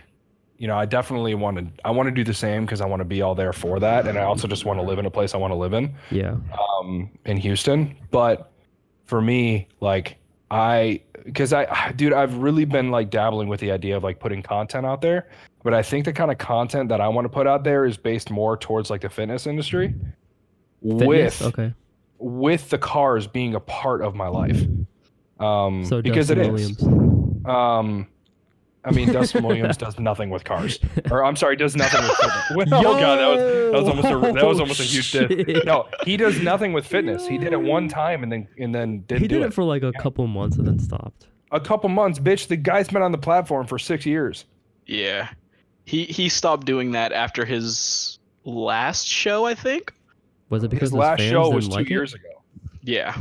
[SPEAKER 1] you know, I definitely want to. I want to do the same because I want to be all there for that, and I also just want to live in a place I want to live in,
[SPEAKER 3] Yeah,
[SPEAKER 1] um, in Houston. But for me, like, I, because I, dude, I've really been like dabbling with the idea of like putting content out there, but I think the kind of content that I want to put out there is based more towards like the fitness industry, with
[SPEAKER 3] Fitness? okay,
[SPEAKER 1] with the cars being a part of my life. Um,
[SPEAKER 3] so
[SPEAKER 1] because
[SPEAKER 3] Dustin
[SPEAKER 1] it is.
[SPEAKER 3] Williams.
[SPEAKER 1] Um, I mean, Dustin Williams does nothing with cars, or I'm sorry, does nothing with fitness. Well, oh god, that was that was almost a, that was
[SPEAKER 3] Yo!
[SPEAKER 1] almost a huge
[SPEAKER 3] Oh, Shit.
[SPEAKER 1] dip. No, he does nothing with fitness. He did it one time and then and then didn't
[SPEAKER 3] He
[SPEAKER 1] do
[SPEAKER 3] did it for like a couple months and then stopped.
[SPEAKER 1] a couple months. Bitch, the guy's been on the platform for six years.
[SPEAKER 2] yeah. He he stopped doing that after his last show, I think.
[SPEAKER 3] Was it because
[SPEAKER 1] His last
[SPEAKER 3] fans
[SPEAKER 1] show
[SPEAKER 3] didn't
[SPEAKER 1] was two
[SPEAKER 3] like it?
[SPEAKER 1] years ago.
[SPEAKER 2] Yeah.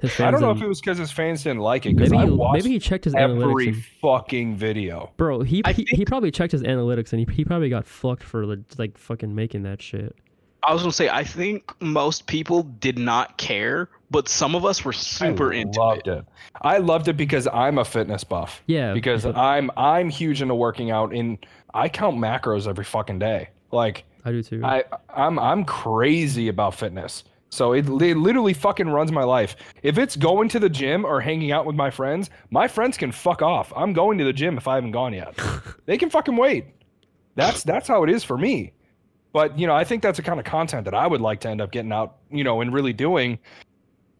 [SPEAKER 3] His
[SPEAKER 1] I
[SPEAKER 3] fans
[SPEAKER 1] don't know
[SPEAKER 3] didn't-
[SPEAKER 1] if it was because his fans didn't like it. Because
[SPEAKER 3] Maybe
[SPEAKER 1] I
[SPEAKER 3] he,
[SPEAKER 1] watched
[SPEAKER 3] maybe he checked his analytics.
[SPEAKER 1] every
[SPEAKER 3] and-
[SPEAKER 1] fucking video.
[SPEAKER 3] bro, he,
[SPEAKER 2] I
[SPEAKER 3] he, he
[SPEAKER 2] think-
[SPEAKER 3] probably checked his analytics and he, he probably got fucked for like, like fucking making that shit.
[SPEAKER 2] I was gonna say I think most people did not care, but some of us were super
[SPEAKER 1] I
[SPEAKER 2] into it.
[SPEAKER 1] loved it. I loved it because I'm a fitness buff.
[SPEAKER 3] Yeah,
[SPEAKER 1] because
[SPEAKER 3] but
[SPEAKER 1] I'm I'm huge into working out and I count macros every fucking day. Like
[SPEAKER 3] I do too.
[SPEAKER 1] I I'm I'm crazy about fitness. So it, li- literally fucking runs my life. If it's going to the gym or hanging out with my friends, my friends can fuck off. I'm going to the gym if I haven't gone yet. they can fucking wait. That's that's how it is for me. But you know, I think that's the kind of content that I would like to end up getting out, you know, and really doing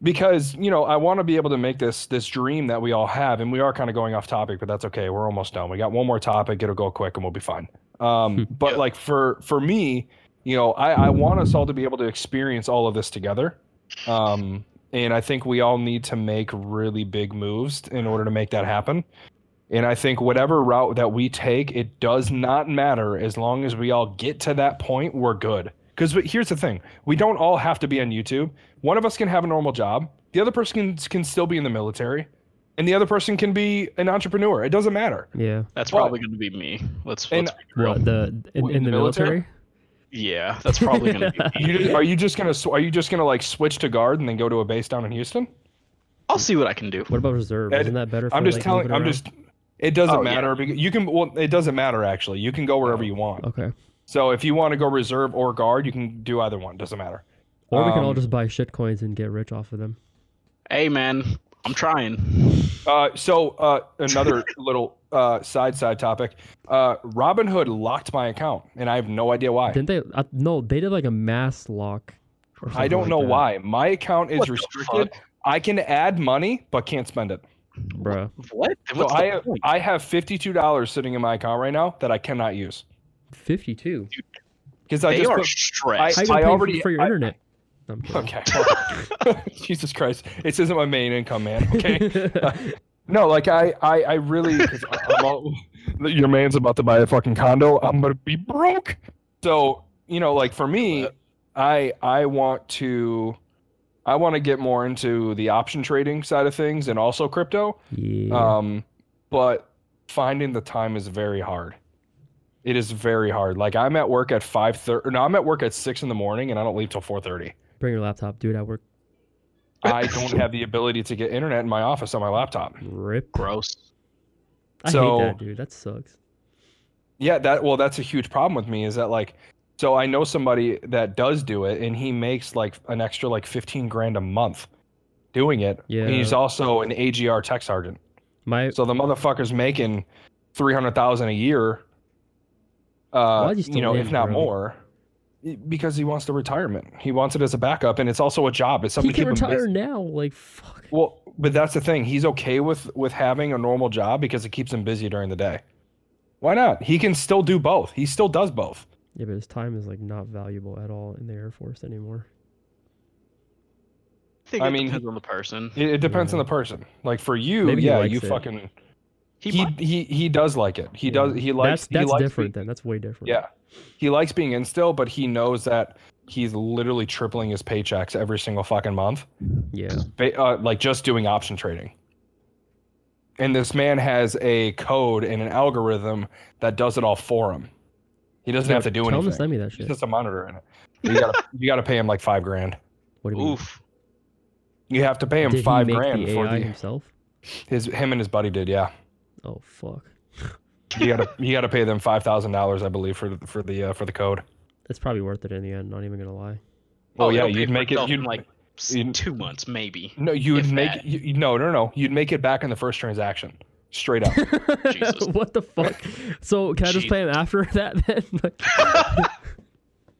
[SPEAKER 1] because you know i want to be able to make this this dream that we all have and we are kind of going off topic but that's okay we're almost done we got one more topic it'll go quick and we'll be fine um, but
[SPEAKER 2] Yeah.
[SPEAKER 1] like for for me you know I, I want us all to be able to experience all of this together um, and i think we all need to make really big moves in order to make that happen and i think whatever route that we take it does not matter as long as we all get to that point we're good because here's the thing we don't all have to be on youtube one of us can have a normal job the other person can, can still be in the military and the other person can be an entrepreneur it doesn't matter
[SPEAKER 3] yeah,
[SPEAKER 2] That's
[SPEAKER 1] But-
[SPEAKER 2] probably gonna be me. Let's,
[SPEAKER 1] And-
[SPEAKER 2] let's be real.
[SPEAKER 3] what the in,
[SPEAKER 1] What,
[SPEAKER 3] in the military?
[SPEAKER 2] Yeah, that's probably gonna be me.
[SPEAKER 1] you, are you just gonna sw- are you just gonna like switch to guard and then go to a base down in houston
[SPEAKER 2] I'll see what I can do.
[SPEAKER 3] What about reserve?
[SPEAKER 1] Ed,
[SPEAKER 3] Isn't that better? For,
[SPEAKER 1] i'm just
[SPEAKER 3] like,
[SPEAKER 1] telling
[SPEAKER 3] moving
[SPEAKER 1] i'm
[SPEAKER 3] around?
[SPEAKER 1] just it doesn't
[SPEAKER 2] Oh, yeah.
[SPEAKER 1] matter because you can well it doesn't matter actually you can go wherever you want
[SPEAKER 3] Oh, okay.
[SPEAKER 1] so if you want to go reserve or guard you can do either one doesn't matter
[SPEAKER 3] Or we can all
[SPEAKER 1] Um,
[SPEAKER 3] just buy shit coins and get rich off of them.
[SPEAKER 2] Hey man, I'm trying.
[SPEAKER 1] Uh, so uh, another little uh, side side topic. Uh, Robinhood locked my account, and I have no idea why.
[SPEAKER 3] Didn't they? Uh, no, they did like a mass lock. or
[SPEAKER 1] I
[SPEAKER 3] something
[SPEAKER 1] don't
[SPEAKER 3] like
[SPEAKER 1] know
[SPEAKER 3] that.
[SPEAKER 1] why. My account is
[SPEAKER 2] What the
[SPEAKER 1] restricted. I can add money, but can't spend it.
[SPEAKER 3] Bruh.
[SPEAKER 2] What?
[SPEAKER 1] So
[SPEAKER 2] What's the
[SPEAKER 1] I have,
[SPEAKER 2] point?
[SPEAKER 1] I have fifty two dollars sitting in my account right now that I cannot use
[SPEAKER 3] Fifty-two.
[SPEAKER 1] because I
[SPEAKER 2] they
[SPEAKER 1] just
[SPEAKER 2] are
[SPEAKER 1] put-
[SPEAKER 2] stressed.
[SPEAKER 3] How you
[SPEAKER 1] I
[SPEAKER 3] gonna pay
[SPEAKER 1] already-
[SPEAKER 3] for, for your
[SPEAKER 1] I-
[SPEAKER 3] internet? No, I'm kidding.
[SPEAKER 1] okay. Jesus Christ, this isn't my main income, man. Okay. No, like I, I, I really. 'cause I- I'm all, your man's about to buy a fucking condo. I'm gonna be broke. So you know, like for me, I, I want to, I want to get more into the option trading side of things and also crypto.
[SPEAKER 3] yeah.
[SPEAKER 1] Um, but finding the time is very hard. It is very hard. Like I'm at work at five thirty. No, I'm at work at six in the morning, and I don't leave till four thirty.
[SPEAKER 3] Bring your laptop, dude. I work.
[SPEAKER 1] I don't have the ability to get internet in my office on my laptop.
[SPEAKER 3] Rip.
[SPEAKER 2] Gross.
[SPEAKER 3] I
[SPEAKER 1] So-
[SPEAKER 3] hate that, dude. That sucks.
[SPEAKER 1] Yeah, that well, that's a huge problem with me is that like, so I know somebody that does do it, and he makes like an extra like fifteen grand a month doing it.
[SPEAKER 3] Yeah.
[SPEAKER 1] And he's also an AGR tech sergeant,
[SPEAKER 3] My
[SPEAKER 1] so the motherfucker's making three hundred thousand a year. Uh,
[SPEAKER 3] Why'd you still
[SPEAKER 1] you know,
[SPEAKER 3] live,
[SPEAKER 1] if not
[SPEAKER 3] bro?
[SPEAKER 1] more, because he wants the retirement. He wants it as a backup, and it's also a job. It's something
[SPEAKER 3] he can
[SPEAKER 1] to keep him busy.
[SPEAKER 3] retire now. Like fuck.
[SPEAKER 1] Well, but that's the thing. He's okay with with having a normal job because it keeps him busy during the day. Why not? He can still do both. He still does both.
[SPEAKER 3] Yeah, but his time is like not valuable at all in the Air Force anymore.
[SPEAKER 2] I think
[SPEAKER 1] I
[SPEAKER 2] it
[SPEAKER 1] mean,
[SPEAKER 2] depends on the person.
[SPEAKER 1] It, it depends
[SPEAKER 3] Yeah.
[SPEAKER 1] on the person. Like for you,
[SPEAKER 3] Maybe he
[SPEAKER 1] yeah,
[SPEAKER 3] likes
[SPEAKER 1] you
[SPEAKER 3] it.
[SPEAKER 1] fucking he,
[SPEAKER 2] He,
[SPEAKER 1] he
[SPEAKER 2] might-
[SPEAKER 1] he does like it. He
[SPEAKER 3] Yeah.
[SPEAKER 1] does he likes
[SPEAKER 3] that's that's
[SPEAKER 1] he likes
[SPEAKER 3] different then. That's way different.
[SPEAKER 1] Yeah. He likes being in still, but he knows that he's literally tripling his paychecks every single fucking month,
[SPEAKER 3] Yeah.
[SPEAKER 1] ba- uh, like just doing option trading. And this man has a code and an algorithm that does it all for him. He doesn't have to do
[SPEAKER 3] Tell him to
[SPEAKER 1] anything.
[SPEAKER 3] send me that
[SPEAKER 1] He's
[SPEAKER 3] shit.
[SPEAKER 1] just a monitor in it. You gotta, you gotta pay him like five grand.
[SPEAKER 3] What do you mean?
[SPEAKER 2] oof.
[SPEAKER 1] You have to pay him
[SPEAKER 3] Did
[SPEAKER 1] five
[SPEAKER 3] he make
[SPEAKER 1] grand
[SPEAKER 3] the
[SPEAKER 1] for
[SPEAKER 3] AI
[SPEAKER 1] the,
[SPEAKER 3] himself?
[SPEAKER 1] his him and his buddy did. Yeah,
[SPEAKER 3] Oh fuck.
[SPEAKER 1] you gotta you gotta pay them five thousand dollars, I believe, for the- for the uh, for the code.
[SPEAKER 3] It's probably worth it in the end. Not even gonna lie.
[SPEAKER 1] Oh, yeah,
[SPEAKER 2] Oh, it'll pay
[SPEAKER 1] you'd
[SPEAKER 2] for
[SPEAKER 1] make it.
[SPEAKER 2] itself in,
[SPEAKER 1] You'd
[SPEAKER 2] like s-
[SPEAKER 1] you'd-
[SPEAKER 2] two months, maybe.
[SPEAKER 1] No, you would
[SPEAKER 2] if
[SPEAKER 1] make
[SPEAKER 2] that.
[SPEAKER 1] you, you- no, no, no. You'd make it back in the first transaction, straight up.
[SPEAKER 2] Jesus.
[SPEAKER 3] what the fuck? So can I just play him after that then? Like,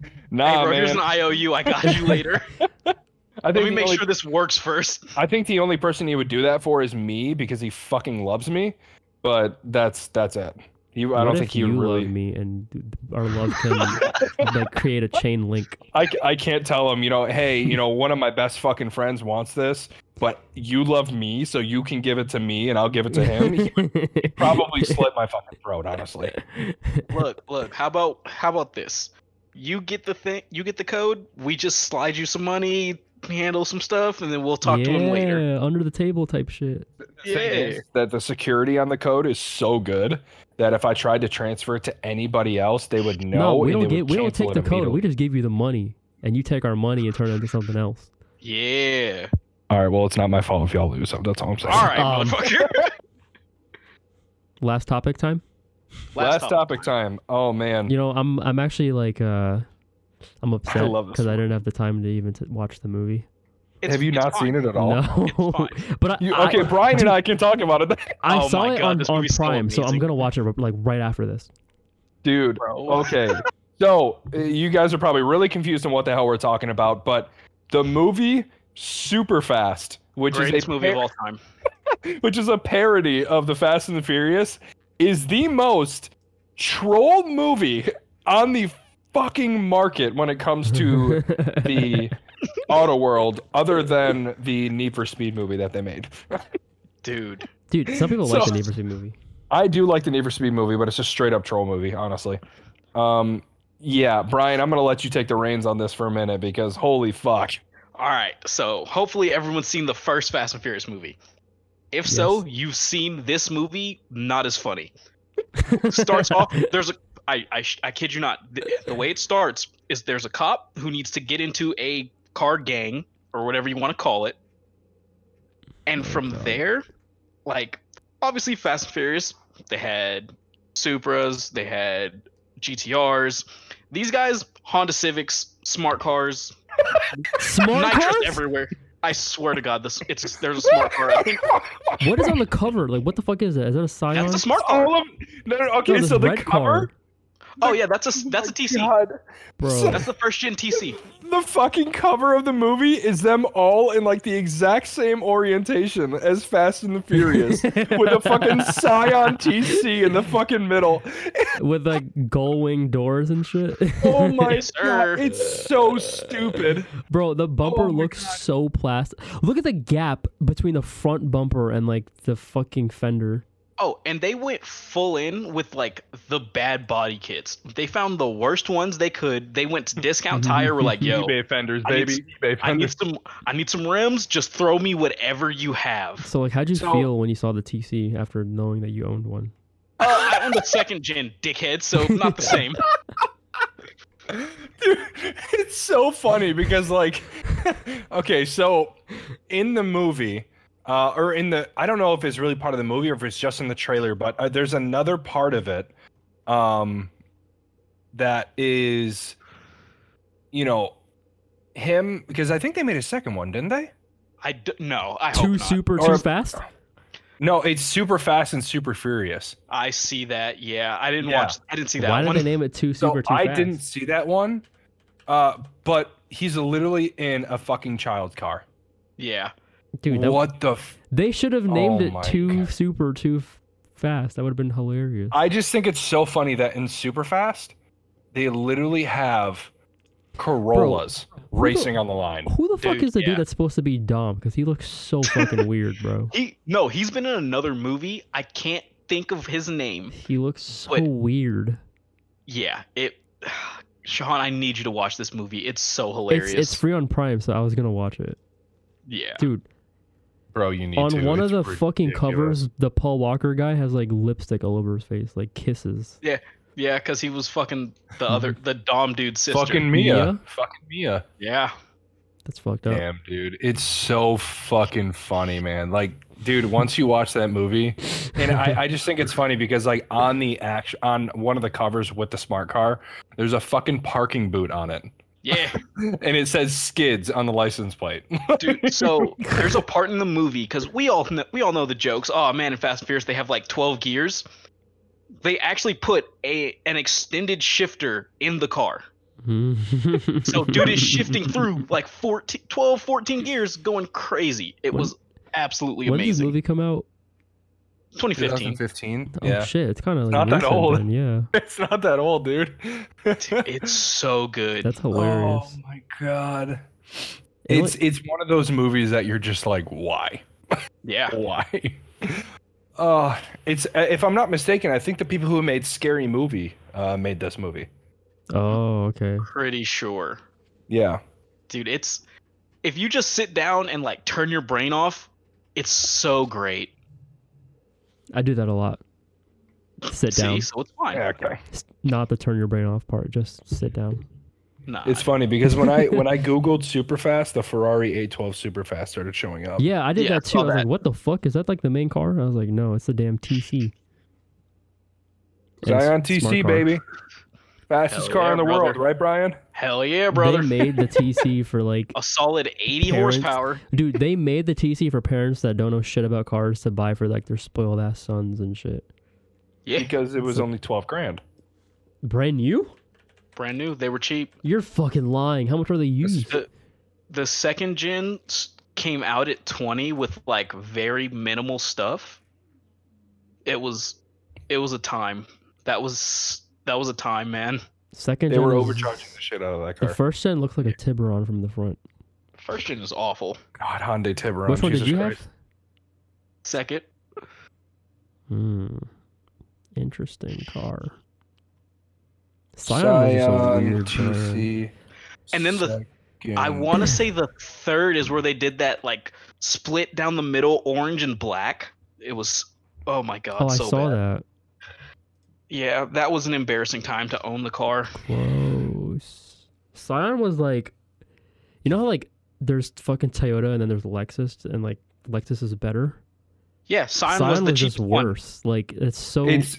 [SPEAKER 2] Hey,
[SPEAKER 1] nah,
[SPEAKER 2] bro, here's
[SPEAKER 1] Oh, man.
[SPEAKER 2] an IOU. I got you later.
[SPEAKER 1] I think
[SPEAKER 2] Let me
[SPEAKER 1] the
[SPEAKER 2] make
[SPEAKER 1] only,
[SPEAKER 2] sure this works first.
[SPEAKER 1] I think the only person he would do that for is me because he fucking loves me. But that's that's it. He, I
[SPEAKER 3] what
[SPEAKER 1] don't
[SPEAKER 3] if
[SPEAKER 1] think he
[SPEAKER 3] you
[SPEAKER 1] would really.
[SPEAKER 3] love me and or love him like create a chain link.
[SPEAKER 1] I, c- I can't tell him, you know, hey, you know, one of my best fucking friends wants this, but you love me, so you can give it to me and I'll give it to him. He'd probably slit my fucking throat, honestly.
[SPEAKER 2] Look, look. How about how about this? You get the thing. You get the code. We just slide you some money, handle some stuff, and then we'll talk
[SPEAKER 3] yeah,
[SPEAKER 2] to him later.
[SPEAKER 3] under the table type shit.
[SPEAKER 1] The thing
[SPEAKER 2] Yeah.
[SPEAKER 1] is that the security on the code is so good that if I tried to transfer it to anybody else, they would know.
[SPEAKER 3] no, we
[SPEAKER 1] and
[SPEAKER 3] don't
[SPEAKER 1] they
[SPEAKER 3] get
[SPEAKER 1] would
[SPEAKER 3] we don't
[SPEAKER 1] cancel
[SPEAKER 3] take
[SPEAKER 1] it
[SPEAKER 3] the code.
[SPEAKER 1] immediately.
[SPEAKER 3] We just give you the money and you take our money and turn it into something else.
[SPEAKER 2] Yeah.
[SPEAKER 1] All right, well, it's not my fault if y'all lose. so That's all I'm saying.
[SPEAKER 2] All right,
[SPEAKER 3] Um,
[SPEAKER 2] motherfucker.
[SPEAKER 3] Last topic time.
[SPEAKER 1] Last, topic time. Oh man,
[SPEAKER 3] You know, I'm I'm actually like uh I'm upset
[SPEAKER 1] love this
[SPEAKER 3] because I didn't have the time to even t- watch the movie.
[SPEAKER 1] have you not seen it at all?
[SPEAKER 3] no,
[SPEAKER 2] It's
[SPEAKER 3] but I,
[SPEAKER 1] You,
[SPEAKER 3] I-
[SPEAKER 1] okay, Brian and I can talk about it,
[SPEAKER 3] I
[SPEAKER 2] Oh
[SPEAKER 3] saw
[SPEAKER 2] my
[SPEAKER 3] it
[SPEAKER 2] God,
[SPEAKER 3] on,
[SPEAKER 2] this
[SPEAKER 3] on
[SPEAKER 2] movie's so
[SPEAKER 3] Prime, so I'm
[SPEAKER 2] amazing.
[SPEAKER 3] gonna watch it like right after this.
[SPEAKER 1] dude.
[SPEAKER 2] Bro.
[SPEAKER 1] Okay, so uh, you guys are probably really confused on what the hell we're talking about, but the movie super fast, which is
[SPEAKER 2] Greatest
[SPEAKER 1] a
[SPEAKER 2] movie of all time.
[SPEAKER 1] which is a parody of the Fast and the Furious, is the most trolled movie on the fucking market when it comes to the auto world, other than the Need for Speed movie that they made.
[SPEAKER 2] Dude.
[SPEAKER 3] Dude, some people like
[SPEAKER 1] So-
[SPEAKER 3] the Neighbors movie.
[SPEAKER 1] I do like the Need for Speed movie, but it's just straight up troll movie, honestly. Um, yeah, Brian, I'm gonna let you take the reins on this for a minute because holy fuck.
[SPEAKER 2] All right. So hopefully everyone's seen the first Fast and Furious movie. If so, you've seen this movie. Not as funny. Starts off. There's a. I I, sh- I kid you not. The, the way it starts is there's a cop who needs to get into a car gang or whatever you want to call it, and from there, like obviously Fast and Furious, they had Supras, they had GTRs. These guys, Honda Civics, smart cars,
[SPEAKER 3] Smart
[SPEAKER 2] nitrous
[SPEAKER 3] cars? everywhere.
[SPEAKER 2] everywhere. I swear to God, this it's there's a smart car. I think
[SPEAKER 3] What is on the cover? Like, what the fuck is that? Is that a Scion?
[SPEAKER 2] that's a smart car.
[SPEAKER 1] All of no, no,
[SPEAKER 3] No,
[SPEAKER 1] okay,
[SPEAKER 3] this
[SPEAKER 1] so the
[SPEAKER 3] red
[SPEAKER 1] cover,
[SPEAKER 3] car,
[SPEAKER 2] Oh yeah, that's a that's a TC.
[SPEAKER 1] God,
[SPEAKER 3] bro.
[SPEAKER 2] That's the first gen TC.
[SPEAKER 1] the fucking cover of the movie is them all in like the exact same orientation as Fast and the Furious with a fucking Scion TC in the fucking middle.
[SPEAKER 3] with like gull wing doors and shit.
[SPEAKER 1] Oh my
[SPEAKER 2] Yes, sir.
[SPEAKER 1] god, it's so stupid.
[SPEAKER 3] Bro,
[SPEAKER 2] Oh
[SPEAKER 3] the bumper
[SPEAKER 1] my
[SPEAKER 3] looks so plastic. Look at the gap between the front bumper and like the fucking fender.
[SPEAKER 2] Oh, and they went full in with like the bad body kits. They found the worst ones they could. They went to discount tire. Were like, yo,
[SPEAKER 1] eBay fenders,
[SPEAKER 2] I need
[SPEAKER 1] baby. eBay
[SPEAKER 2] I need
[SPEAKER 1] fenders.
[SPEAKER 2] some I need some rims. Just throw me whatever you have.
[SPEAKER 3] So like, how'd you
[SPEAKER 2] So-
[SPEAKER 3] feel when you saw the TC after knowing that you owned one?
[SPEAKER 2] Uh, I own the second gen, dickhead. So not the same.
[SPEAKER 1] Dude, it's so funny because like okay, so in the movie uh, or in the I don't know if it's really part of the movie or if it's just in the trailer, but uh, there's another part of it um that is you know him because I think they made a second one, didn't they?
[SPEAKER 2] I d- no. I hope
[SPEAKER 3] Too
[SPEAKER 2] not.
[SPEAKER 3] super,
[SPEAKER 1] Or-
[SPEAKER 3] too fast.
[SPEAKER 1] No, it's super fast and super furious.
[SPEAKER 2] I see that. Yeah, I didn't
[SPEAKER 1] Yeah.
[SPEAKER 2] watch. I didn't see that.
[SPEAKER 3] Why
[SPEAKER 2] one.
[SPEAKER 3] did they name it too super, too
[SPEAKER 1] so I
[SPEAKER 3] fast?
[SPEAKER 1] didn't see that one. Uh, but he's literally in a fucking child's car.
[SPEAKER 2] Yeah.
[SPEAKER 3] Dude, that,
[SPEAKER 1] what the? F-
[SPEAKER 3] they should have named
[SPEAKER 1] Oh
[SPEAKER 3] it
[SPEAKER 1] my
[SPEAKER 3] too
[SPEAKER 1] God.
[SPEAKER 3] super too f- fast. That would have been hilarious.
[SPEAKER 1] I just think it's so funny that in Superfast, they literally have Corollas racing on the line.
[SPEAKER 3] Who the fuck
[SPEAKER 2] Dude,
[SPEAKER 3] is the
[SPEAKER 2] yeah.
[SPEAKER 3] dude that's supposed to be Dom? Because he looks so fucking weird, bro.
[SPEAKER 2] He no, he's been in another movie. I can't think of his name.
[SPEAKER 3] He looks so
[SPEAKER 2] Wait.
[SPEAKER 3] weird.
[SPEAKER 2] Yeah, it. Sean, I need you to watch this movie. It's so hilarious.
[SPEAKER 3] It's it's free on Prime, so I was gonna watch it,
[SPEAKER 2] yeah.
[SPEAKER 3] dude.
[SPEAKER 1] Bro, you need
[SPEAKER 3] on
[SPEAKER 1] to.
[SPEAKER 3] one of the
[SPEAKER 1] It's
[SPEAKER 3] fucking
[SPEAKER 1] ridiculous.
[SPEAKER 3] covers, the Paul Walker guy has like lipstick all over his face, like kisses.
[SPEAKER 2] Yeah, because he was fucking the other, the Dom dude's sister.
[SPEAKER 1] Fucking Mia.
[SPEAKER 3] Mia?
[SPEAKER 1] Fucking Mia.
[SPEAKER 2] Yeah.
[SPEAKER 3] That's fucked up.
[SPEAKER 1] Damn, dude. It's so fucking funny, man. Like, dude, once you watch that movie, and I, I just think it's funny because, like, on the action, on one of the covers with the smart car, there's a fucking parking boot on it.
[SPEAKER 2] Yeah.
[SPEAKER 1] And it says skids on the license plate.
[SPEAKER 2] Dude, so there's a part in the movie because we all know, we all know the jokes. Oh man, in Fast and Furious they have like 12 gears. They actually put a an extended shifter in the car.
[SPEAKER 3] Mhm.
[SPEAKER 2] So dude is shifting through like 14, 12, 14 gears, going crazy. It
[SPEAKER 3] When-
[SPEAKER 2] was absolutely
[SPEAKER 3] When did this
[SPEAKER 2] amazing.
[SPEAKER 3] movie come out?
[SPEAKER 2] 2015.
[SPEAKER 1] 2015.
[SPEAKER 3] Oh
[SPEAKER 1] Yeah.
[SPEAKER 3] shit, it's kind of like
[SPEAKER 1] not that
[SPEAKER 3] recent
[SPEAKER 1] old.
[SPEAKER 3] then, yeah,
[SPEAKER 1] It's not that old, dude.
[SPEAKER 2] It's so good.
[SPEAKER 3] that's hilarious.
[SPEAKER 2] um,
[SPEAKER 1] Oh my god.
[SPEAKER 3] You know
[SPEAKER 1] It's it's one of those movies that you're just like, why?
[SPEAKER 2] yeah.
[SPEAKER 1] Why? Uh it's if I'm not mistaken, I think the people who made Scary Movie uh made this movie.
[SPEAKER 3] Oh, okay.
[SPEAKER 2] Pretty sure.
[SPEAKER 1] Yeah.
[SPEAKER 2] Dude, it's if you just sit down and like turn your brain off, it's so great.
[SPEAKER 3] I do that a lot. Sit down.
[SPEAKER 2] See, so it's fine.
[SPEAKER 1] okay.
[SPEAKER 3] S- Not the turn your brain off part. Just sit down.
[SPEAKER 2] Nah.
[SPEAKER 1] It's funny because when I when I googled Superfast, the Ferrari 812 Superfast started showing up.
[SPEAKER 3] Yeah, I did
[SPEAKER 2] Yeah, I
[SPEAKER 3] that too.
[SPEAKER 2] saw
[SPEAKER 3] I was
[SPEAKER 2] that.
[SPEAKER 3] like, "What the fuck is that? Like the main car?" I was like, "No, it's the damn TC." And s-
[SPEAKER 1] Zion
[SPEAKER 3] smart
[SPEAKER 1] TC
[SPEAKER 3] car.
[SPEAKER 1] baby. Fastest
[SPEAKER 2] Hell
[SPEAKER 1] car
[SPEAKER 2] yeah,
[SPEAKER 1] in the world,
[SPEAKER 2] brother.
[SPEAKER 1] right Brian?
[SPEAKER 2] Hell yeah, brother.
[SPEAKER 3] They made the TC for like,
[SPEAKER 2] a solid 80
[SPEAKER 3] Parents.
[SPEAKER 2] horsepower.
[SPEAKER 3] dude. They made the TC for parents that don't know shit about cars to buy for like their spoiled ass sons and shit.
[SPEAKER 2] Yeah,
[SPEAKER 1] Because it was only 12 grand.
[SPEAKER 3] Brand new?
[SPEAKER 2] brand new. They were cheap.
[SPEAKER 3] You're fucking lying. How much are they used?
[SPEAKER 2] The, the second gen s- came out at 20 with like very minimal stuff. It was it was a time. That was that was a time, man.
[SPEAKER 3] Second.
[SPEAKER 1] They were
[SPEAKER 3] gen is-
[SPEAKER 1] overcharging the shit out of that
[SPEAKER 3] The
[SPEAKER 1] car.
[SPEAKER 3] first gen looks like a Tiburon from the front.
[SPEAKER 2] First gen is awful.
[SPEAKER 1] God, Hyundai Tiburon.
[SPEAKER 3] Which one
[SPEAKER 1] Jesus
[SPEAKER 3] did you
[SPEAKER 1] Christ.
[SPEAKER 3] have?
[SPEAKER 2] Second,
[SPEAKER 3] Hmm. Interesting car. Scions are so weird, bro.
[SPEAKER 2] And then the- I want to say the third is where they did that like split down the middle orange and black. It was oh my god,
[SPEAKER 3] Oh, I
[SPEAKER 2] so
[SPEAKER 3] saw
[SPEAKER 2] bad.
[SPEAKER 3] that.
[SPEAKER 2] Yeah, that was an embarrassing time to own the car.
[SPEAKER 3] Close. Scion was like, you know how like there's fucking Toyota and then there's Lexus and like Lexus is better.
[SPEAKER 2] Yeah, Scion,
[SPEAKER 3] Scion
[SPEAKER 2] was the
[SPEAKER 3] just
[SPEAKER 2] cheapest one.
[SPEAKER 3] worse. Like it's so.
[SPEAKER 1] It's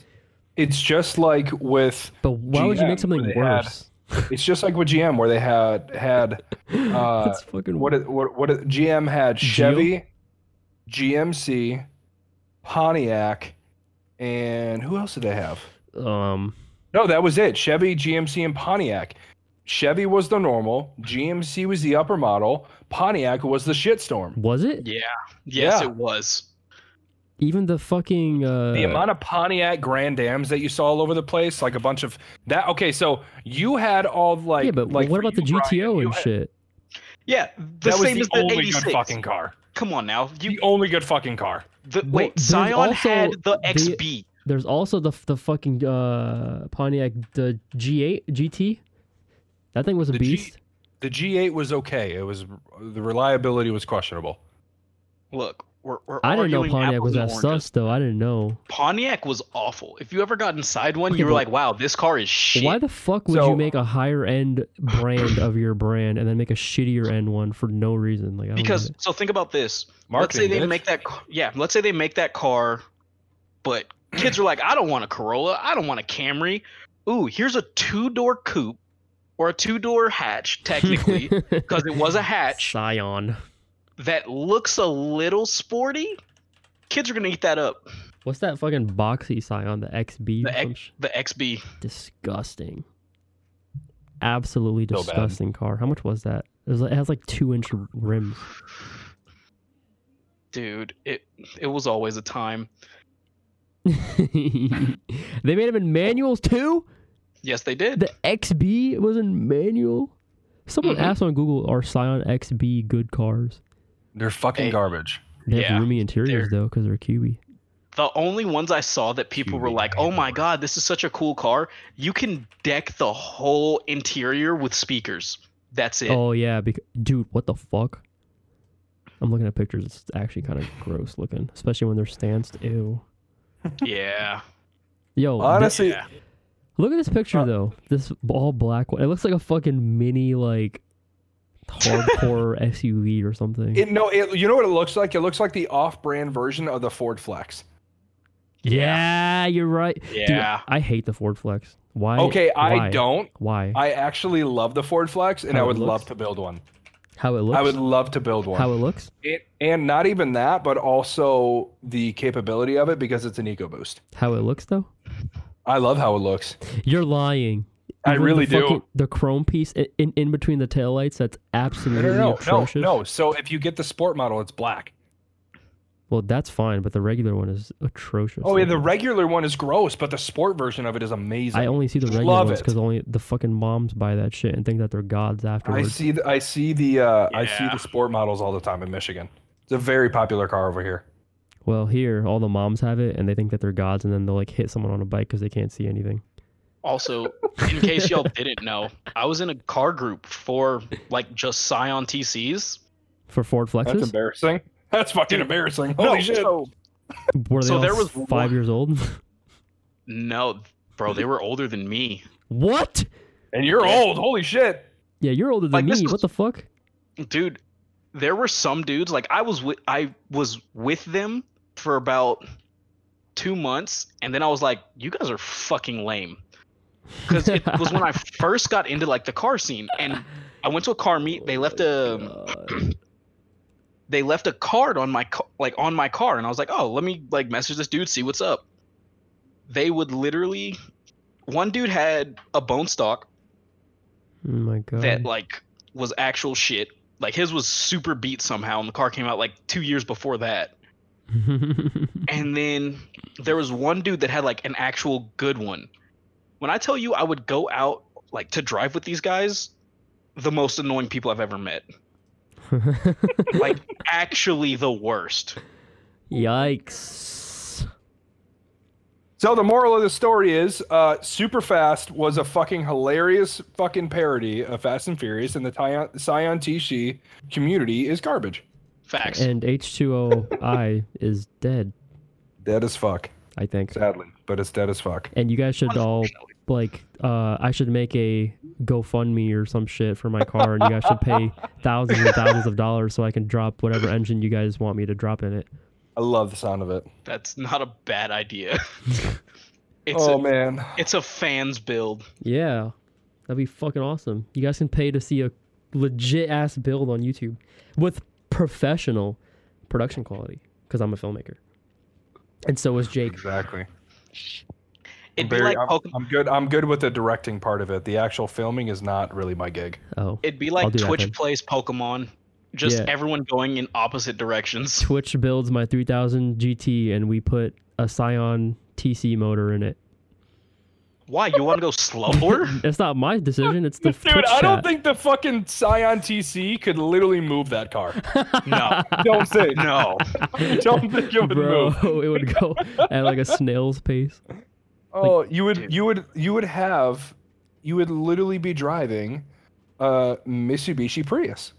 [SPEAKER 1] it's just like with
[SPEAKER 3] but why would you make
[SPEAKER 1] GM,
[SPEAKER 3] something
[SPEAKER 1] where they had-
[SPEAKER 3] worse?
[SPEAKER 1] it's just like with GM where they had had Uh,
[SPEAKER 3] That's fucking.
[SPEAKER 1] what it- what what it- GM had Chevy, GMC, Pontiac, and who else did they have?
[SPEAKER 3] um.
[SPEAKER 1] No, that was it. Chevy, GMC, and Pontiac. Chevy was the normal. GMC was the upper model. Pontiac was the shitstorm.
[SPEAKER 3] Was it
[SPEAKER 2] Yeah. Yes,
[SPEAKER 1] Yeah.
[SPEAKER 2] it was.
[SPEAKER 3] even the fucking? Uh,
[SPEAKER 1] the amount of Pontiac Grand Dams that you saw all over the place, like a bunch of that. Okay, so you had all like
[SPEAKER 3] yeah, but
[SPEAKER 1] like
[SPEAKER 3] what
[SPEAKER 1] for
[SPEAKER 3] about
[SPEAKER 1] you,
[SPEAKER 3] the GTO
[SPEAKER 1] Brian, you
[SPEAKER 3] and
[SPEAKER 1] had-
[SPEAKER 3] shit?
[SPEAKER 2] Yeah, the
[SPEAKER 1] that was
[SPEAKER 2] same
[SPEAKER 1] the
[SPEAKER 2] as the
[SPEAKER 1] only good
[SPEAKER 2] 86.
[SPEAKER 1] fucking car.
[SPEAKER 2] Come on now. You
[SPEAKER 1] The only good fucking car.
[SPEAKER 2] the,
[SPEAKER 3] Well,
[SPEAKER 2] wait,
[SPEAKER 3] there's
[SPEAKER 2] Scion
[SPEAKER 3] also
[SPEAKER 2] had the
[SPEAKER 3] the-
[SPEAKER 2] XB.
[SPEAKER 3] There's also the the fucking uh, Pontiac the G8 GT. That thing was a
[SPEAKER 1] The G-
[SPEAKER 3] beast.
[SPEAKER 1] The G8 was okay. It was the reliability was questionable.
[SPEAKER 2] Look, we're, we're
[SPEAKER 3] I didn't know
[SPEAKER 2] arguing
[SPEAKER 3] Pontiac
[SPEAKER 2] apples
[SPEAKER 3] was
[SPEAKER 2] and
[SPEAKER 3] that
[SPEAKER 2] oranges.
[SPEAKER 3] sus though. I didn't know.
[SPEAKER 2] Pontiac was awful. If you ever got inside one,
[SPEAKER 3] Okay,
[SPEAKER 2] you were
[SPEAKER 3] but-
[SPEAKER 2] like, wow, this car is shit.
[SPEAKER 3] Why the fuck would
[SPEAKER 1] So-
[SPEAKER 3] you make a higher end brand of your brand and then make a shittier end one for no reason? Like I don't
[SPEAKER 2] because
[SPEAKER 3] get
[SPEAKER 2] so think about this. Let's
[SPEAKER 1] Marketing,
[SPEAKER 2] say they
[SPEAKER 1] bitch.
[SPEAKER 2] make that ca- yeah, let's say they make that car but kids are like, I don't want a Corolla, I don't want a Camry. Ooh, here's a two-door coupe or a two-door hatch technically
[SPEAKER 3] it.
[SPEAKER 2] because it was a hatch.
[SPEAKER 3] Scion.
[SPEAKER 2] that looks a little sporty, kids are gonna eat that up.
[SPEAKER 3] What's that fucking boxy Scion? The XB. or
[SPEAKER 2] The
[SPEAKER 3] some
[SPEAKER 2] X-
[SPEAKER 3] sh-
[SPEAKER 2] The XB,
[SPEAKER 3] disgusting. Absolutely
[SPEAKER 1] So bad.
[SPEAKER 3] disgusting car. How much was that? It, was, like- it has like two inch rims.
[SPEAKER 2] dude, it it was always a time.
[SPEAKER 3] they made them in manuals too.
[SPEAKER 2] Yes, they did.
[SPEAKER 3] The XB was in manual. Someone
[SPEAKER 2] Mhm.
[SPEAKER 3] asked on Google, "Are Scion XB good cars?"
[SPEAKER 1] They're fucking
[SPEAKER 2] Hey.
[SPEAKER 1] garbage.
[SPEAKER 3] They
[SPEAKER 2] Yeah,
[SPEAKER 3] have roomy interiors though, because they're QB.
[SPEAKER 2] the only ones I saw that people were
[SPEAKER 1] QB
[SPEAKER 2] like, "Oh my
[SPEAKER 1] Hammer.
[SPEAKER 2] god, this is such a cool car! You can deck the whole interior with speakers. That's it."
[SPEAKER 3] Oh yeah, bec dude, what the fuck? I'm looking at pictures. It's actually kind of gross looking, especially when they're stanced. Ew.
[SPEAKER 2] Yeah,
[SPEAKER 3] Yo, this-
[SPEAKER 1] Honestly,
[SPEAKER 2] yeah.
[SPEAKER 3] look at this picture
[SPEAKER 1] Uh,
[SPEAKER 3] though. This all black one. It looks like a fucking mini like hardcore SUV or something.
[SPEAKER 1] it, no, it, you know what it looks like? It looks like the off-brand version of the Ford Flex.
[SPEAKER 3] yeah, you're right. Dude,
[SPEAKER 2] Yeah.
[SPEAKER 3] I hate the Ford Flex. Why?
[SPEAKER 1] Okay, I
[SPEAKER 3] why?
[SPEAKER 1] don't.
[SPEAKER 3] Why?
[SPEAKER 1] I actually love the Ford Flex, and
[SPEAKER 3] How
[SPEAKER 1] I
[SPEAKER 3] it
[SPEAKER 1] would love
[SPEAKER 3] looks?
[SPEAKER 1] to build one.
[SPEAKER 3] how it looks.
[SPEAKER 1] I would love to build one.
[SPEAKER 3] how it looks.
[SPEAKER 1] It- and not even that, but also the capability of it because it's an EcoBoost.
[SPEAKER 3] How it looks though.
[SPEAKER 1] I love how it looks.
[SPEAKER 3] You're lying.
[SPEAKER 1] I
[SPEAKER 3] Even
[SPEAKER 1] really
[SPEAKER 3] the
[SPEAKER 1] do.
[SPEAKER 3] the chrome piece in, in, in between the taillights, that's
[SPEAKER 1] No,
[SPEAKER 3] absolutely
[SPEAKER 1] no, no, no,
[SPEAKER 3] atrocious.
[SPEAKER 1] no. So if you get the sport model, it's black.
[SPEAKER 3] Well, that's fine, but the regular one is atrocious.
[SPEAKER 1] Oh yeah, the
[SPEAKER 3] looking.
[SPEAKER 1] regular one is gross, but the sport version of it is amazing.
[SPEAKER 3] I only see the regular
[SPEAKER 1] Love
[SPEAKER 3] ones because
[SPEAKER 1] it.
[SPEAKER 3] only the fucking moms buy that shit and think that they're gods
[SPEAKER 1] I
[SPEAKER 3] afterwards.
[SPEAKER 1] see. The, I see the. Uh, I see
[SPEAKER 2] Yeah.
[SPEAKER 1] the sport models all the time in Michigan. It's a very popular car over here.
[SPEAKER 3] Well, here all the moms have it and they think that they're gods, and then they'll like hit someone on a bike because they can't see anything.
[SPEAKER 2] Also, in case y'all didn't know, I was in a car group for like just Scion TCs.
[SPEAKER 3] For Ford
[SPEAKER 1] That's
[SPEAKER 3] Flexes,
[SPEAKER 1] embarrassing. That's fucking embarrassing. Holy shit!
[SPEAKER 2] so-
[SPEAKER 3] were they
[SPEAKER 2] so
[SPEAKER 3] all
[SPEAKER 2] there was
[SPEAKER 3] five
[SPEAKER 2] one-
[SPEAKER 3] years old?
[SPEAKER 2] no, bro, they were older than me.
[SPEAKER 3] what?
[SPEAKER 1] and you're
[SPEAKER 2] Yeah.
[SPEAKER 1] old. Holy shit!
[SPEAKER 3] Yeah, you're older than
[SPEAKER 2] Like, this
[SPEAKER 3] me.
[SPEAKER 2] was-
[SPEAKER 3] What the fuck?
[SPEAKER 2] dude there were some dudes like i was with i was with them for about two months and then i was like you guys are fucking lame because it was when i first got into like the car scene and i went to a car meet they left um, a
[SPEAKER 3] Oh
[SPEAKER 2] they left a card on my ca- like on my car and i was like oh let me like message this dude see what's up they would literally one dude had a bone stock
[SPEAKER 3] Oh my god.
[SPEAKER 2] that like was actual shit. Like his was super beat somehow, and the car came out like two years before that.
[SPEAKER 3] Mm-hmm.
[SPEAKER 2] And then there was one dude that had like an actual good one. When I tell you I would go out like to drive with these guys, the most annoying people I've ever met. Like actually the worst.
[SPEAKER 3] Yikes.
[SPEAKER 1] So the moral of the story is, uh, super fast was a fucking hilarious fucking parody of Fast and Furious, and the Tyon- Scion Tishi community is garbage.
[SPEAKER 2] Facts.
[SPEAKER 3] And H2OI is dead,
[SPEAKER 1] Dead as fuck,
[SPEAKER 3] I think.
[SPEAKER 1] sadly, but it's dead as fuck.
[SPEAKER 3] And you guys should all
[SPEAKER 2] Unfortunately.
[SPEAKER 3] like uh I should make a GoFundMe or some shit for my car and you guys should pay thousands and thousands of dollars so I can drop whatever engine you guys want me to drop in it.
[SPEAKER 1] I love the sound of it.
[SPEAKER 2] That's not a bad idea. it's
[SPEAKER 1] oh
[SPEAKER 2] a,
[SPEAKER 1] man,
[SPEAKER 2] it's a fans build.
[SPEAKER 3] Yeah. That'd be fucking awesome. You guys can pay to see a legit ass build on YouTube with professional production quality because I'm a filmmaker. And so is Jake.
[SPEAKER 1] exactly.
[SPEAKER 2] It'd
[SPEAKER 1] Very-
[SPEAKER 2] be like
[SPEAKER 1] I'm,
[SPEAKER 2] Pokemon.
[SPEAKER 1] I'm good. I'm good with the directing part of it. The actual filming is not really my gig.
[SPEAKER 3] Oh.
[SPEAKER 2] It'd be
[SPEAKER 3] I'll
[SPEAKER 2] like
[SPEAKER 3] do that
[SPEAKER 2] Twitch
[SPEAKER 3] then.
[SPEAKER 2] plays Pokemon, just
[SPEAKER 3] Yeah.
[SPEAKER 2] everyone going in opposite directions.
[SPEAKER 3] Twitch builds my 3000 GT and we put a Scion TC motor in it.
[SPEAKER 2] Why? You want to go slower?
[SPEAKER 3] It's not my decision. It's the
[SPEAKER 1] Dude,
[SPEAKER 3] Twitch
[SPEAKER 1] I don't
[SPEAKER 3] chat.
[SPEAKER 1] think the fucking Scion TC could literally move that car.
[SPEAKER 2] no,
[SPEAKER 1] Don't think.
[SPEAKER 2] no.
[SPEAKER 1] don't think it would
[SPEAKER 3] Bro,
[SPEAKER 1] move.
[SPEAKER 3] it would go at like a snail's pace.
[SPEAKER 1] Oh, you would,
[SPEAKER 2] dude.
[SPEAKER 1] you would, you would have, you would literally be driving a Mitsubishi Prius.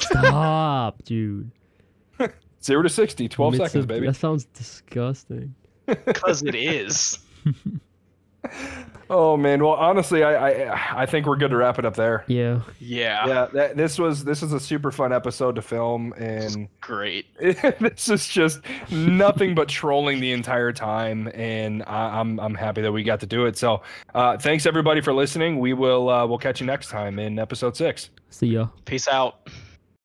[SPEAKER 3] Stop, dude.
[SPEAKER 1] Zero to 60, 12
[SPEAKER 3] Mitsu-
[SPEAKER 1] seconds, baby.
[SPEAKER 3] That sounds disgusting.
[SPEAKER 2] Because it is.
[SPEAKER 1] Oh man. Well, honestly, I, I, I think we're good to wrap it up there.
[SPEAKER 3] Yeah.
[SPEAKER 2] Yeah,
[SPEAKER 1] Yeah. That, this was, this is a super fun episode to film, and
[SPEAKER 2] great.
[SPEAKER 1] this is just nothing but trolling the entire time, and I, I'm, I'm happy that we got to do it. So, uh, thanks everybody for listening. We will, uh, we'll catch you next time in episode six.
[SPEAKER 3] See ya.
[SPEAKER 2] Peace out.